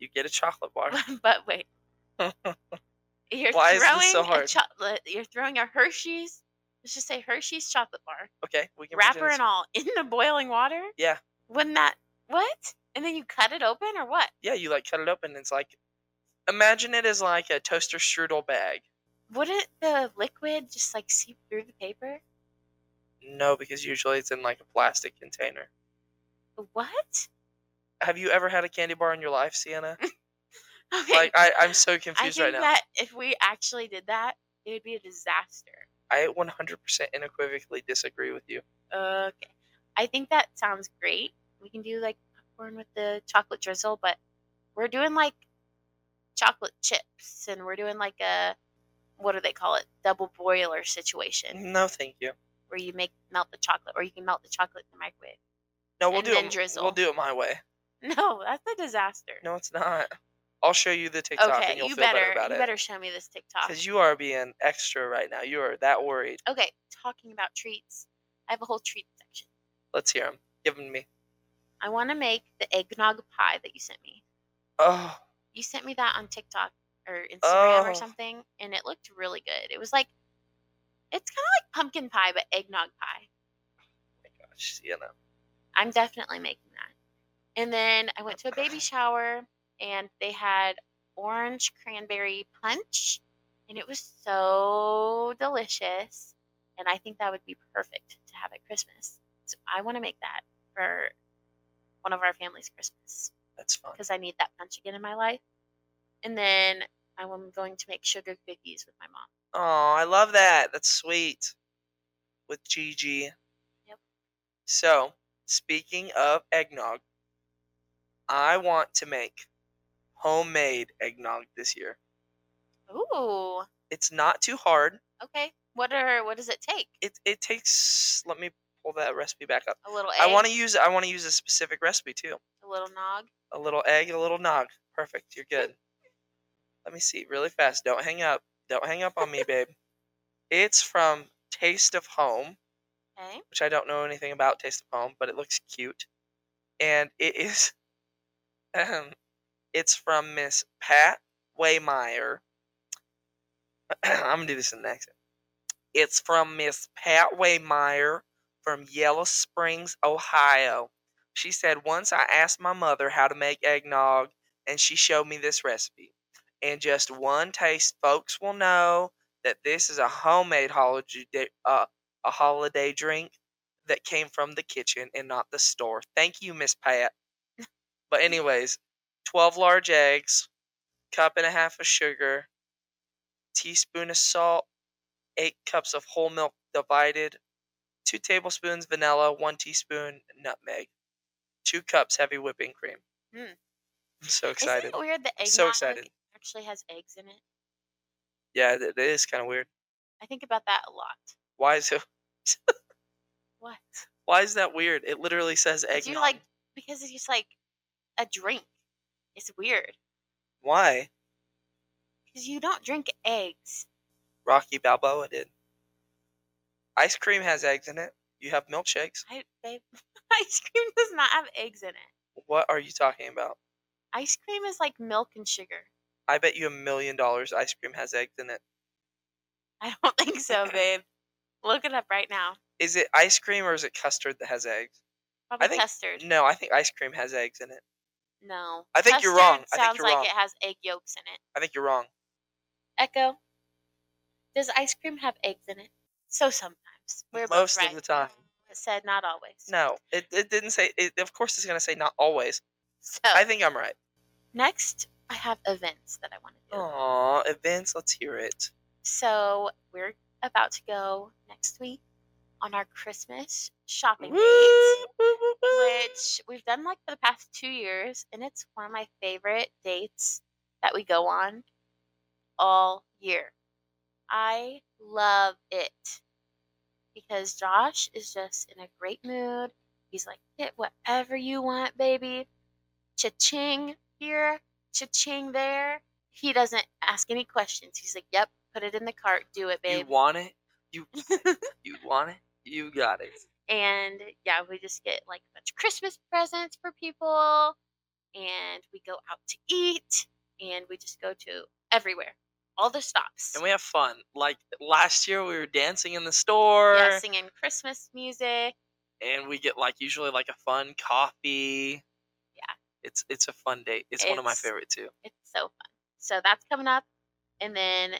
S1: You get a chocolate
S2: (laughs)
S1: bar. (laughs)
S2: but wait. You're
S1: Why is
S2: throwing
S1: this so
S2: a
S1: hard?
S2: chocolate. You're throwing a Hershey's. Let's just say Hershey's chocolate bar,
S1: Okay, we can
S2: wrapper
S1: pretend
S2: and
S1: it's-
S2: all, in the boiling water.
S1: Yeah.
S2: Wouldn't that what? And then you cut it open or what?
S1: Yeah, you like cut it open. And it's like, imagine it as like a toaster strudel bag.
S2: Wouldn't the liquid just like seep through the paper?
S1: No, because usually it's in like a plastic container.
S2: What? (laughs)
S1: Have you ever had a candy bar in your life,
S2: (laughs)
S1: Sienna?
S2: Okay.
S1: Like I, I'm so
S2: I
S1: confused
S2: think
S1: right now.
S2: that if we actually did that, it would be a disaster.
S1: I 100% unequivocally disagree with you.
S2: Okay. I think that sounds great. We can do like popcorn with the chocolate drizzle, but we're doing like chocolate chips and we're doing like a what do they call it? Double boiler situation
S1: No, thank you.
S2: where you make melt the chocolate or you can melt the chocolate in the microwave. (laughs)
S1: No, we'll
S2: And
S1: do
S2: then
S1: it.
S2: drizzle.
S1: We'll do it my way.
S2: No, that's a disaster.
S1: No, it's not. I'll show you the TikTok
S2: okay,
S1: and you'll
S2: you
S1: feel
S2: better,
S1: better about
S2: you
S1: it.
S2: better show me this TikTok.
S1: Because you are being extra right now. You are that worried.
S2: Okay, talking about treats. I have a whole treat section.
S1: Let's hear them. Give them to me.
S2: I want to make the eggnog pie that you sent me.
S1: Oh,
S2: You sent me that on TikTok or Instagram
S1: Oh.
S2: or something, and it looked really good. It was like, it's kind of like pumpkin pie, but eggnog pie.
S1: gosh, Sienna.
S2: I'm definitely making that. And then I went to a baby shower, and they had orange cranberry punch, and it was so delicious. And I think that would be perfect to have at Christmas. So I want to make that for one of our family's Christmas.
S1: That's fun.
S2: because I need that punch again in my life. And then I'm going to make sugar cookies with my mom.
S1: Oh, I love that. That's sweet. With Gigi.
S2: Yep.
S1: So, speaking of eggnog, I want to make homemade eggnog this year.
S2: Ooh,
S1: It's not too hard.
S2: okay. What are what does it take?
S1: It it takes let me pull that recipe back up.
S2: A little egg,
S1: I want to use I want to use a specific recipe too.
S2: a little nog.
S1: A little egg, a little nog. Perfect. You're good. Let me see really fast. Don't hang up. Don't hang up on me, babe. It's from Taste of Home.
S2: Okay,
S1: which I don't know anything about Taste of Home, but it looks cute. And it is (laughs) um, it's from Miss Pat Waymeyer. (clears throat) I'm gonna do this in the accent. It's from Miss Pat Waymeyer from Yellow Springs, Ohio. She said once I asked my mother how to make eggnog, and she showed me this recipe. And just one taste, folks will know that this is a homemade holiday uh, a holiday drink that came from the kitchen and not the store. Thank you, Miss Pat. But anyways, 12 large eggs, cup and a half of sugar, teaspoon of salt, 8 cups of whole milk divided, 2 tablespoons vanilla, 1 teaspoon nutmeg, 2 cups heavy whipping cream.
S2: Mm.
S1: I'm so
S2: isn't
S1: excited.
S2: it weird that
S1: I'm
S2: eggnog
S1: so excited.
S2: actually has eggs in it?
S1: Yeah, it it is kind of weird.
S2: I think about that a lot.
S1: Why is it, (laughs)
S2: What? (laughs)
S1: why is that weird? It literally says
S2: Do
S1: eggnog.
S2: you like because it's just like a drink. It's weird
S1: why?
S2: because you don't drink eggs.
S1: Rocky Balboa did. Ice cream has eggs in it. You have milkshakes.
S2: I, babe, (laughs) ice cream does not have eggs in it.
S1: What are you talking about?
S2: Ice cream is like milk and sugar.
S1: I bet you a million dollars ice cream has eggs in it.
S2: I don't
S1: (laughs)
S2: think so, babe. Look it up right now.
S1: Is it ice cream or is it custard that has eggs?
S2: Probably
S1: think-
S2: custard.
S1: No, I think ice cream has eggs in it.
S2: No.
S1: I think you're
S2: Custard
S1: wrong. I think
S2: Sounds
S1: you're
S2: like
S1: wrong.
S2: it has egg yolks in it.
S1: I think you're wrong.
S2: Echo. Does ice cream have eggs in it? So sometimes. We're both
S1: Most of
S2: right.
S1: the time.
S2: It said not always.
S1: No, it, it didn't say. It, of course, it's gonna say not always.
S2: So
S1: I think I'm right.
S2: next, I have events that I want to do.
S1: Oh. Aw, events. Let's hear it.
S2: So we're about to go next week on our Christmas shopping
S1: Woo,
S2: date.
S1: woo, woo, woo.
S2: which we've done like for the past two years, and it's one of my favorite dates that we go on all year. I love it because Josh is just in a great mood. He's like, get whatever you want, baby. Cha-ching here, cha-ching there. He doesn't ask any questions. He's like, yep, put it in the cart, do it,
S1: You
S2: babe.
S1: want it?
S2: (laughs)
S1: You you want it? You got it.
S2: and yeah, we just get like a bunch of Christmas presents for people, and we go out to eat, and we just go to everywhere, all the stops.
S1: And we have fun. Like last year, we were dancing in the store,
S2: yeah, singing Christmas music.
S1: and we get like usually like a fun coffee.
S2: Yeah.
S1: It's it's a fun date. It's, one of my
S2: It's-
S1: favorite too.
S2: It's so fun. So that's coming up, and then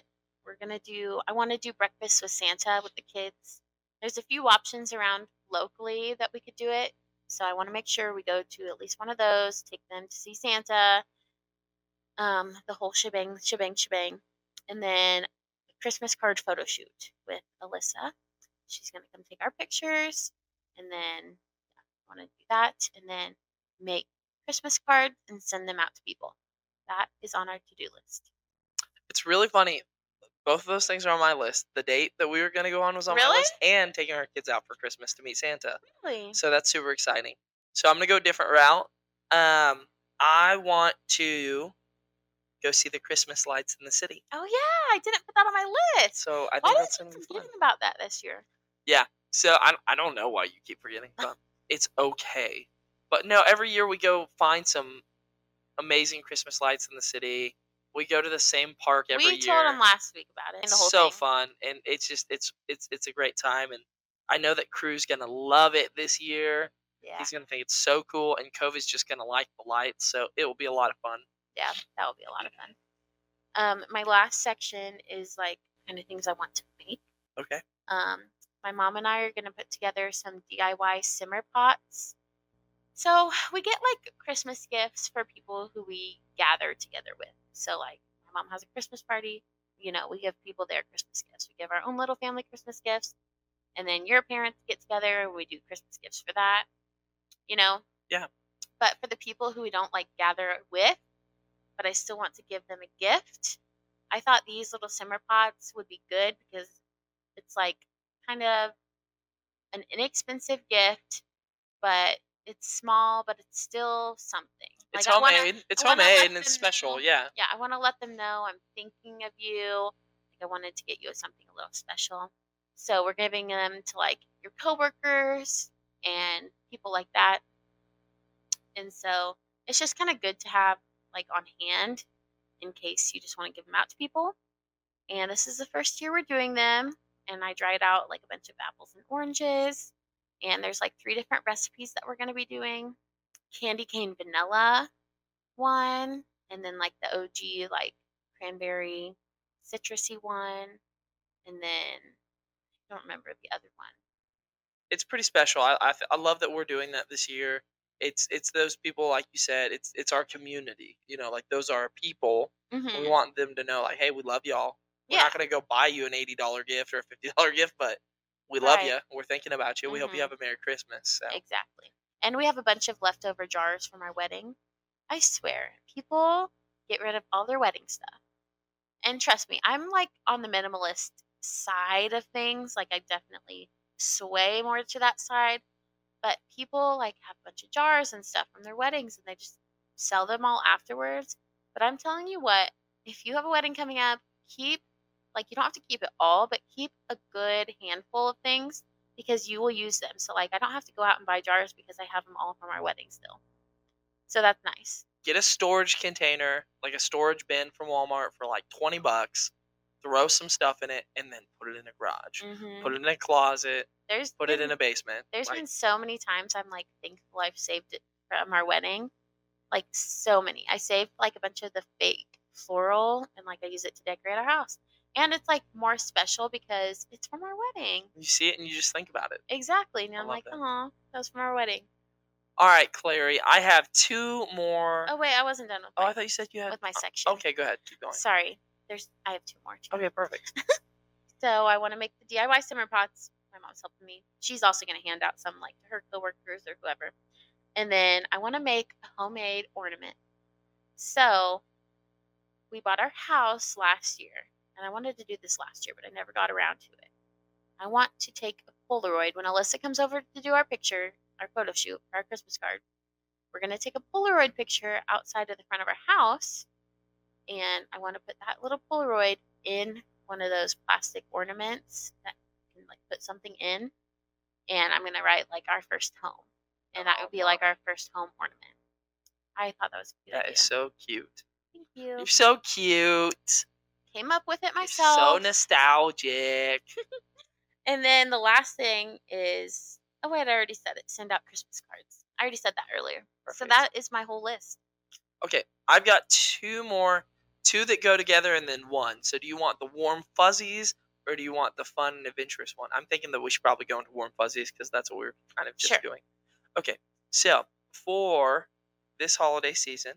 S2: we're gonna do. I want to do breakfast with Santa with the kids. There's a few options around locally that we could do it. So I want to make sure we go to at least one of those. Take them to see Santa. Um, the whole shebang, shebang, shebang, and then a Christmas card photo shoot with Alyssa. She's gonna come take our pictures, and then I want to do that, and then make Christmas cards and send them out to people. That is on our to-do list.
S1: It's really funny. Both of those things are on my list. The date that we were gonna go on was on my
S2: Really?
S1: list, and taking our kids out for Christmas to meet Santa.
S2: Really?
S1: So that's super exciting. So I'm gonna go a different route. Um, I want to go see the Christmas lights in the city.
S2: Oh yeah, I didn't put that on my list.
S1: So I think
S2: Why did
S1: that's
S2: I
S1: gonna
S2: keep
S1: be fun.
S2: forgetting about that this year?
S1: So I I don't know why you keep forgetting, but it's okay. But no, every year we go find some amazing Christmas lights in the city. We go to the same park every
S2: we
S1: year.
S2: told him last week about it. And the whole
S1: so
S2: thing.
S1: fun, and it's just it's it's it's a great time, and I know that Crew's gonna love it this year.
S2: Yeah,
S1: He's gonna think it's so cool, and Covy's just gonna like the lights, so it will be a lot of fun.
S2: yeah, that will be a lot of fun. Um, my last section is like kind of things I want to make.
S1: Okay.
S2: Um, my mom and I are gonna put together some DIY simmer pots. So we get like Christmas gifts for people who we gather together with. So like my mom has a Christmas party, you know, we give people their Christmas gifts. We give our own little family Christmas gifts, and then your parents get together, we do Christmas gifts for that. You know?
S1: Yeah.
S2: But for the people who we don't like gather with, but I still want to give them a gift, I thought these little simmer pots would be good because it's like kind of an inexpensive gift, but it's small, but it's still something.
S1: It's
S2: Like, I wanna-
S1: homemade. it's
S2: I wanna
S1: homemade
S2: let
S1: and it's
S2: them know-
S1: special. Yeah.
S2: yeah, I want to let them know I'm thinking of you. Like I wanted to get you something a little special. So we're giving them to like your coworkers and people like that. And so it's just kind of good to have like on hand in case you just want to give them out to people. And this is the first year we're doing them. And I dried out like a bunch of apples and oranges. And there's like three different recipes that we're going to be doing candy cane vanilla one, and then like the OG, like cranberry citrusy one. And then I don't remember the other one.
S1: it's pretty special. I, I th- I love that we're doing that this year. It's it's those people like you said. It's it's our community. You know, like those are our people.
S2: Mhm.
S1: We want them to know like, hey, we love y'all. We're
S2: Yeah.
S1: not gonna go buy you an eighty dollar gift or a fifty dollar gift, but we love
S2: Right.
S1: you. We're thinking about you. We hope
S2: Mhm.
S1: you have a merry Christmas. So.
S2: Exactly. And we have a bunch of leftover jars from our wedding. I swear, people get rid of all their wedding stuff. And trust me, I'm like on the minimalist side of things. Like, I definitely sway more to that side. But people like have a bunch of jars and stuff from their weddings and they just sell them all afterwards. But I'm telling you what, if you have a wedding coming up, keep Like you don't have to keep it all, but keep a good handful of things because you will use them. So like I don't have to go out and buy jars because I have them all from our wedding still. So that's nice.
S1: Get a storage container, like a storage bin from Walmart for like 20 bucks. Throw some stuff in it and then put it in a garage.
S2: Mhm.
S1: Put it in a closet.
S2: There's
S1: Put it in a basement.
S2: There's
S1: like,
S2: been so many times I'm like thankful I've saved it from our wedding. Like so many. I saved like a bunch of the fake floral and like I use it to decorate our house. And it's like more special because it's from our wedding.
S1: you see it and you just think about it.
S2: Exactly. And
S1: I
S2: I'm
S1: love
S2: like,
S1: that.
S2: oh, that was from our wedding.
S1: All right, Clary, I have two more.
S2: Oh wait, I wasn't done with
S1: Oh,
S2: my,
S1: I thought you said you had.
S2: with my section.
S1: Okay, go ahead. Keep going.
S2: Sorry. There's I have two more. too.
S1: Okay, perfect.
S2: So I want to make the DIY simmer pots. My mom's helping me. She's also going to hand out some like to her coworkers or whoever. And then I want to make a homemade ornament. So we bought our house last year, and I wanted to do this last year, but I never got around to it. I want to take a Polaroid when Alyssa comes over to do our picture, our photo shoot, for our Christmas card. We're going to take a Polaroid picture outside of the front of our house, and I want to put that little Polaroid in one of those plastic ornaments that you can like put something in and i'm gonna write like our first home and that would be like our first home ornament i thought that was a good
S1: That
S2: idea.
S1: is so cute.
S2: thank you
S1: You're so cute.
S2: came up with it
S1: You're
S2: myself
S1: so nostalgic.
S2: and then the last thing is oh wait i already said it send out christmas cards i already said that earlier so
S1: Perfect.
S2: that is my whole list
S1: Okay, I've got two more, two that go together, and then one. So, do you want the warm fuzzies or do you want the fun and adventurous one? I'm thinking that we should probably go into warm fuzzies because that's what we were kind of just
S2: Sure.
S1: doing. Okay, so for this holiday season,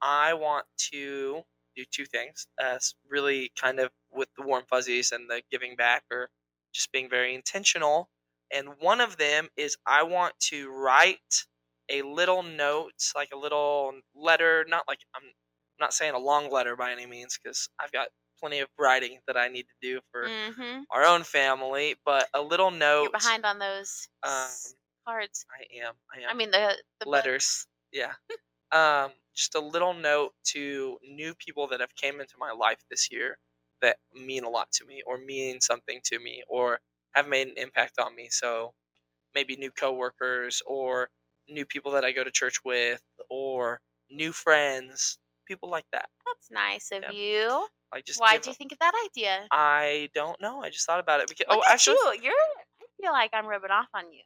S1: I want to do two things. Uh, s- really, kind of with the warm fuzzies and the giving back, or just being very intentional. And one of them is I want to write a little note, like a little letter, not like I'm not saying a long letter by any means, because I've got plenty of writing that I need to do for
S2: mm-hmm.
S1: our own family, but a little note.
S2: you're behind on those
S1: Um,
S2: s- cards
S1: I am. I am.
S2: i mean the, the
S1: letters. Yeah. um, just a little note to new people that have came into my life this year that mean a lot to me, or mean something to me, or have made an impact on me. So maybe new coworkers, or new people that I go to church with, or new friends, people like that.
S2: that's nice of
S1: Yeah.
S2: you
S1: Like just
S2: why
S1: give
S2: do you
S1: a-
S2: think of that idea
S1: I don't know. I just thought about it because
S2: Look
S1: oh,
S2: at
S1: actually,
S2: you. You're. I feel like I'm rubbing off on you.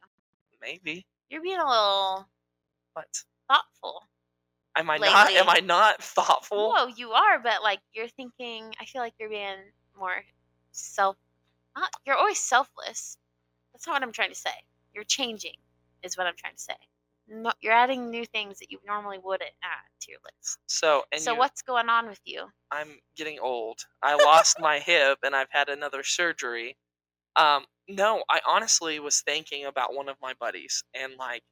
S1: maybe,
S2: You're being a little
S1: but
S2: thoughtful.
S1: am I not? Am
S2: Lately.
S1: I not thoughtful?
S2: No, you are, but like you're thinking. I feel like you're being more self. Not. You're always selfless. That's not what I'm trying to say. You're changing, is what I'm trying to say. No, you're adding new things that you normally wouldn't add to your list.
S1: So and
S2: so
S1: you,
S2: what's going on with you?
S1: I'm getting old. I lost my hip and I've had another surgery. Um, no, I honestly was thinking about one of my buddies and like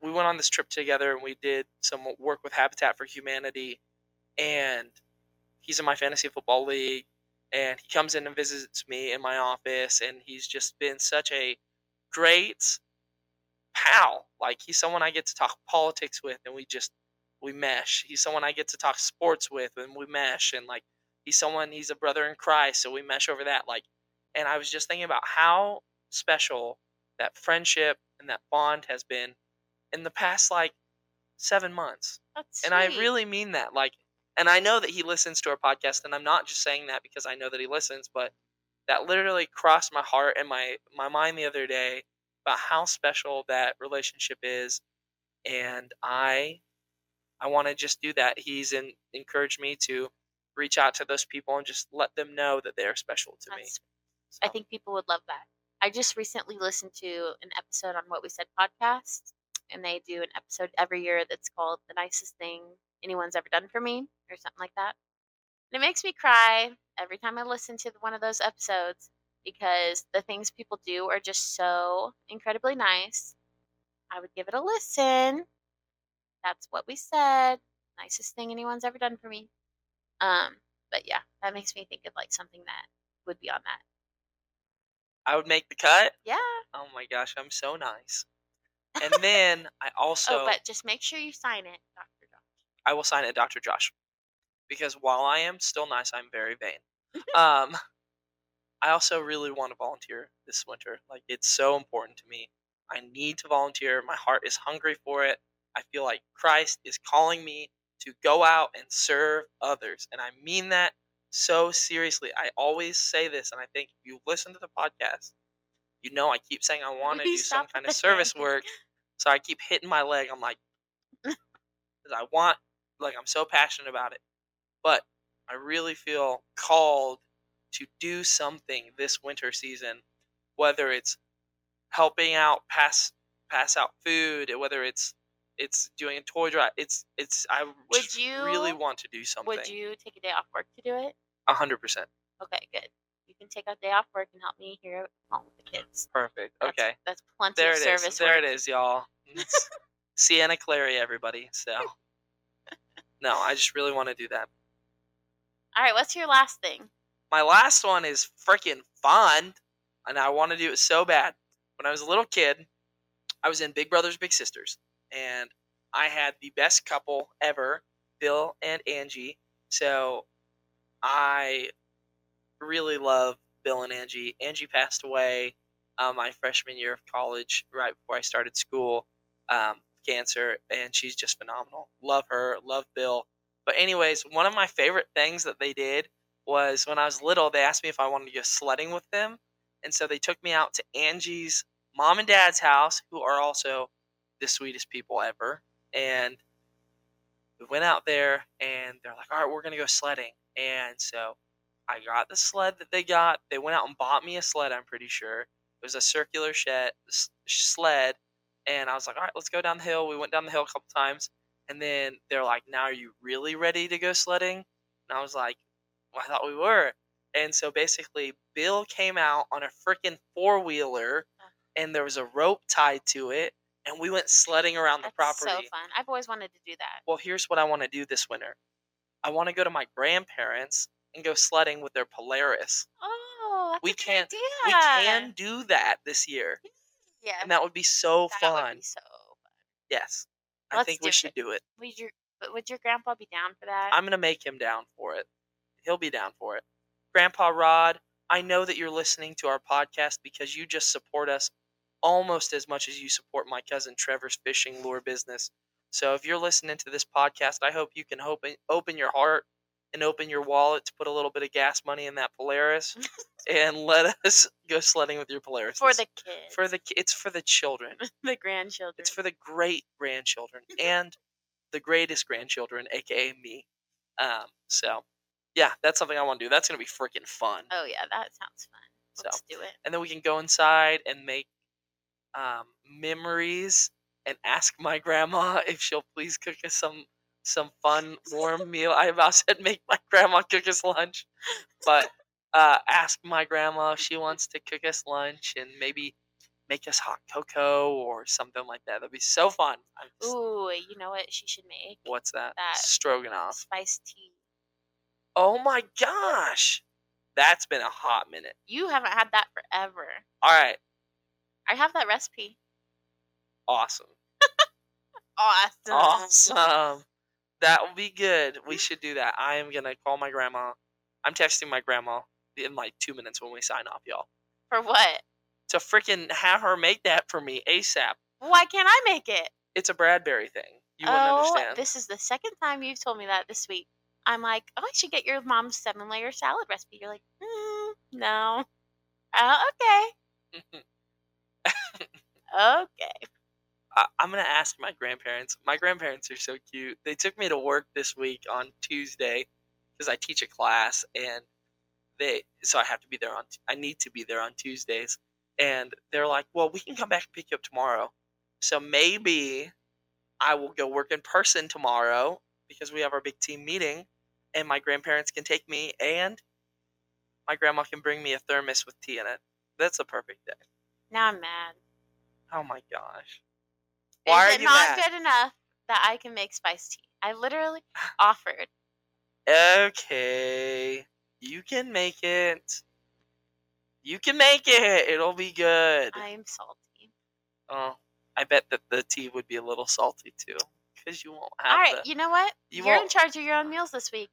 S1: we went on this trip together and we did some work with Habitat for Humanity and he's in my fantasy football league and he comes in and visits me in my office and he's just been such a great pal. Like he's someone I get to talk politics with and we just we mesh. He's someone I get to talk sports with and we mesh and like he's someone he's a brother in Christ, so we mesh over that. Like and I was just thinking about how special that friendship and that bond has been in the past like seven months.
S2: That's
S1: And I
S2: sweet.
S1: really mean that. Like, and I know that he listens to our podcast, and I'm not just saying that because I know that he listens, but that literally crossed my heart and my my mind the other day about how special that relationship is, and I I want to just do that. He's in, encouraged me to reach out to those people and just let them know that they are special to me.
S2: That's
S1: So,
S2: I think people would love that. I just recently listened to an episode on What We Said podcast, and they do an episode every year that's called The Nicest Thing Anyone's Ever Done for Me, or something like that. And it makes me cry every time I listen to one of those episodes because the things people do are just so incredibly nice. I would give it a listen. That's what we said. Nicest thing anyone's ever done for me. Um, but yeah, that makes me think of like something that would be on that.
S1: I would make the cut.
S2: Yeah.
S1: Oh my gosh, I'm so nice. And then I also
S2: oh, but just make sure you sign it, Doctor John.
S1: I will sign it, Dr. Josh. Because while I am still nice, I'm very vain. Um, I also really want to volunteer this winter. Like it's so important to me. I need to volunteer. My heart is hungry for it. I feel like Christ is calling me to go out and serve others. And I mean that so seriously. I always say this, and I think if you listen to the podcast, you know I keep saying I want to do some
S2: Stop
S1: kind of service
S2: laughing.
S1: work. So I keep hitting my leg. I'm like, 'cause I want, like, I'm so passionate about it. But I really feel called to do something this winter season, whether it's helping out pass pass out food, whether it's it's doing a toy drive. It's it's I
S2: Would
S1: just
S2: you-
S1: really want to do something.
S2: Would you take a day off work to do it?
S1: A hundred percent.
S2: Okay, good. You can take a day off work and help me here at home with the kids.
S1: Perfect.
S2: That's-
S1: Okay.
S2: That's plenty
S1: There
S2: of
S1: it
S2: service
S1: is. There
S2: work.
S1: it is, y'all.
S2: (laughs)
S1: It's Sienna Clary, everybody. So no, I just really want to do that.
S2: All right, what's your last thing?
S1: My last one is freaking fun, and I want to do it so bad. When I was a little kid, I was in Big Brothers Big Sisters, and I had the best couple ever, Bill and Angie. So I really love Bill and Angie. Angie passed away uh, my freshman year of college, right before I started school, um, cancer, and she's just phenomenal. Love her, love Bill. But anyways, one of my favorite things that they did was when I was little, they asked me if I wanted to go sledding with them. And so they took me out to Angie's mom and dad's house, who are also the sweetest people ever. And we went out there and they're like, all right, we're going to go sledding. And so I got the sled that they got. They went out and bought me a sled, I'm pretty sure. It was a circular shed, s- sled. And I was like, all right, let's go down the hill. We went down the hill a couple times. And then they're like, now are you really ready to go sledding? And I was like, well, I thought we were. And so basically, Bill came out on a freaking four wheeler, and there was a rope tied to it, and we went sledding around the
S2: That's
S1: property.
S2: so fun. I've always wanted to do that.
S1: Well, here's what I want to do this winter I want to go to my grandparents and go sledding with their Polaris.
S2: Oh, that's
S1: We
S2: a good
S1: can't-
S2: Idea.
S1: We can do that this year,
S2: Yeah.
S1: and that would be so
S2: that would
S1: fun.
S2: be so.
S1: Yes. I
S2: Let's
S1: think we
S2: do
S1: should
S2: it.
S1: do it.
S2: Would your but would your grandpa be down for that?
S1: I'm going to make him down for it. He'll be down for it. Grandpa Rod, I know that you're listening to our podcast because you just support us almost as much as you support my cousin Trevor's fishing lure business. So if you're listening to this podcast, I hope you can open, open your heart and open your wallet to put a little bit of gas money in that
S2: (laughs)
S1: Polaris and let us go sledding with your Polaris.
S2: for the kids.
S1: for the ki- it's for the children.
S2: the grandchildren.
S1: It's for the great grandchildren and the greatest grandchildren, aka me. Um, so yeah, that's something I want to do. That's gonna be freaking fun.
S2: Oh yeah, that sounds fun.
S1: So.
S2: Let's do it.
S1: And then we can go inside and make um, memories and ask my grandma (laughs) if she'll please cook us some some fun warm meal. I about said make my grandma cook us lunch, but uh, ask my grandma if she wants to cook us lunch and maybe make us hot cocoa or something like that. That'd be so fun. I'm just-
S2: Ooh, you know what she should make?
S1: What's that?
S2: That-
S1: Stroganoff.
S2: Spiced tea.
S1: Oh my gosh. That's been a hot minute.
S2: You haven't had that forever.
S1: All right.
S2: I have that recipe. (laughs)
S1: Awesome.
S2: Awesome.
S1: Awesome. That will be good. We should do that. I am going to call my grandma. I'm texting my grandma in like two minutes when we sign off, y'all.
S2: (laughs) For what?
S1: To freaking have her make that for me ASAP.
S2: Why can't I make it?
S1: It's a Bradbury thing. You
S2: oh,
S1: wouldn't understand.
S2: this is the second time you've told me that this week. I'm like, oh, I should get your mom's seven layer salad recipe. You're like, mm, no. Oh,
S1: Mm-hmm.
S2: okay. Okay.
S1: I, I'm gonna ask my grandparents. My grandparents are so cute. They took me to work this week on Tuesday because I teach a class, and they so I have to be there on. I need to be there on Tuesdays, and they're like, "Well, we can come back and pick you up tomorrow." So maybe I will go work in person tomorrow because we have our big team meeting, and my grandparents can take me, and my grandma can bring me a thermos with tea in it. That's a perfect day.
S2: Now I'm mad.
S1: Oh my gosh! Why
S2: Is
S1: are
S2: it
S1: you
S2: not
S1: mad?
S2: good enough that I can make spiced tea?
S1: (sighs)
S2: I literally offered.
S1: Okay. You can make it. You can make it. It'll be good. I,
S2: I'm salty.
S1: oh, I bet that the tea would be a little salty too. Because you won't have
S2: All right,
S1: the-
S2: you know what?
S1: You
S2: You are in
S1: won't-
S2: charge of your own meals this week.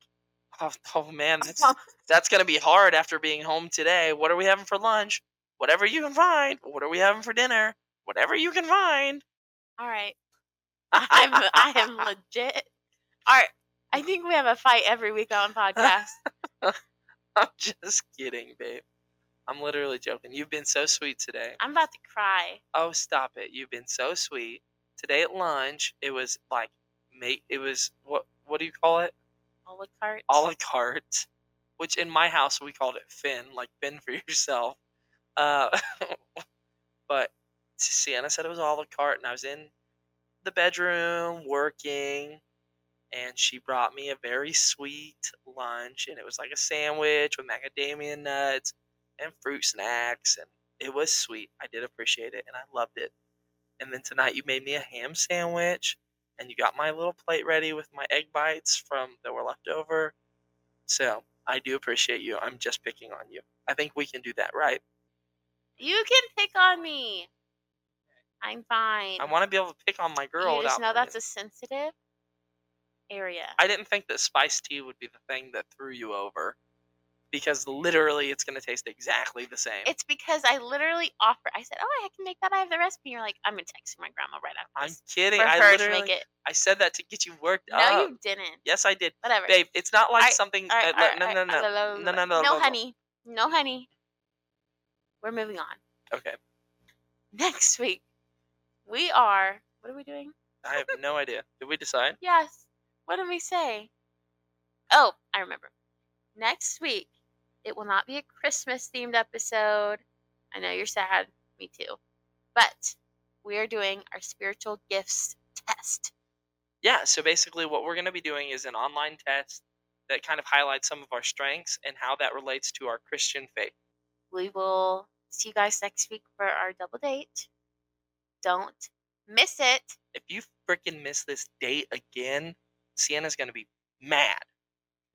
S1: Oh, oh man,
S2: (laughs)
S1: that's (laughs) that's gonna be hard after being home today. What are we having for lunch? Whatever you can find. What are we having for dinner? Whatever you can find. (laughs)
S2: All right. I'm I am legit. All right. I think we have a fight every week
S1: (laughs)
S2: on podcast.
S1: I'm just kidding, babe. I'm literally joking. You've been so sweet today.
S2: I'm about to cry.
S1: Oh, stop it. You've been so sweet. Today at lunch, it was like mate it was what what do you call it?
S2: A la carte.
S1: a la carte, which in my house we called it Finn, like Finn for (laughs) yourself. Uh, (laughs) but Sienna said it was a la carte, and I was in the bedroom working, and she brought me a very sweet lunch, and it was like a sandwich with macadamia nuts and fruit snacks, and it was sweet. I did appreciate it, and I loved it. And then tonight you made me a ham sandwich and you got my little plate ready with my egg bites from that were left over. So I do appreciate you. I'm just picking on you. I think we can do that, right?
S2: You can pick on me. I'm fine.
S1: I want to be able to pick on my girl.
S2: You just
S1: without
S2: know that's
S1: being-
S2: a sensitive area.
S1: I didn't think that spice tea would be the thing that threw you over, because literally it's going to taste exactly the same.
S2: It's because I literally offer. I said, "Oh, I can make that. I have the recipe." And you're like, "I'm gonna text my grandma right after
S1: I'm
S2: this
S1: kidding.
S2: for
S1: I
S2: her
S1: literally
S2: to make it."
S1: I said that to get you worked
S2: No,
S1: up.
S2: you didn't.
S1: Yes, I did,
S2: Whatever.
S1: babe. It's not like
S2: I-
S1: something.
S2: All right,
S1: uh,
S2: all right,
S1: no,
S2: all
S1: no,
S2: right,
S1: no,
S2: all right, all
S1: no, no,
S2: right.
S1: no, no,
S2: No, honey. No, honey. We're moving on.
S1: Okay,
S2: Next week, we are. What are we doing?
S1: I have no idea. Did we decide?
S2: Yes. What did we say? Oh, I remember. Next week, it will not be a Christmas themed episode. I know you're sad. Me too. But we are doing our spiritual gifts test.
S1: Yeah, so basically what we're going to be doing is an online test that kind of highlights some of our strengths and how that relates to our Christian faith.
S2: We will see you guys next week for our double date. Don't miss it.
S1: If you freaking miss this date again, Sienna's going to be mad.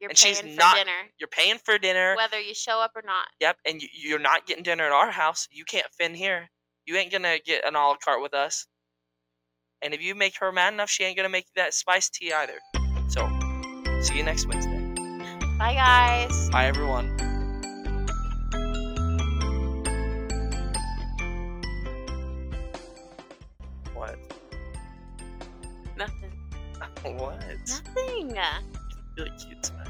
S2: You're
S1: And
S2: paying
S1: she's
S2: for
S1: not-
S2: dinner,
S1: You're paying for dinner.
S2: whether you show up or not.
S1: yep, and you, you're not getting dinner at our house. You can't fin here. You ain't going to get an a la carte with us. And if you make her mad enough, she ain't going to make that spice tea either. So, see you next Wednesday.
S2: Bye, guys.
S1: Bye, everyone. What? (laughs)
S2: Nothing.
S1: What?
S2: Nothing. You
S1: Really cute tonight.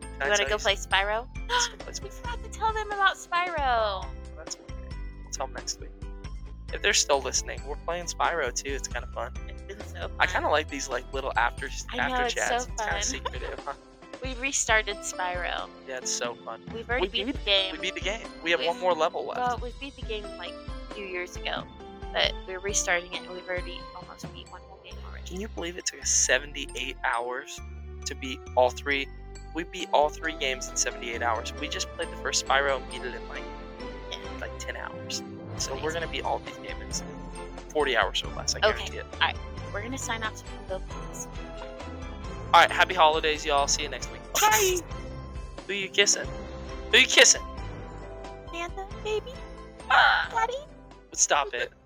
S1: Can I
S2: want to
S1: tell something?
S2: go play Spyro?
S1: Let's go play
S2: we
S1: some-
S2: forgot to tell them about Spyro.
S1: That's okay. We'll tell them next week. If they're still listening, we're playing Spyro too. It's kind of fun. I kind of like these like little after
S2: I know,
S1: after
S2: it's so
S1: chats. it's kind
S2: fun.
S1: of secretive. huh?
S2: (laughs) We restarted Spyro.
S1: Yeah, it's so fun.
S2: We've already
S1: We
S2: beat the game.
S1: We beat the game. We have
S2: We-
S1: one more level left.
S2: well, we beat the game like a few years ago, but we're restarting it, and we've already almost beat one whole game already.
S1: Can you believe it took us 78 hours to beat all three? We beat all three games in 78 hours. We just played the first Spyro and beat it in like
S2: Yeah.
S1: like 10 hours. So we're gonna beat all these games in 40 hours or less. I
S2: Okay.
S1: guarantee it.
S2: We're gonna sign off so we can go play this.
S1: All right, happy holidays, y'all. See you next week. Bye. Who you kissing? Who you kissing?
S2: Santa, baby,
S1: Ah,
S2: daddy.
S1: stop it.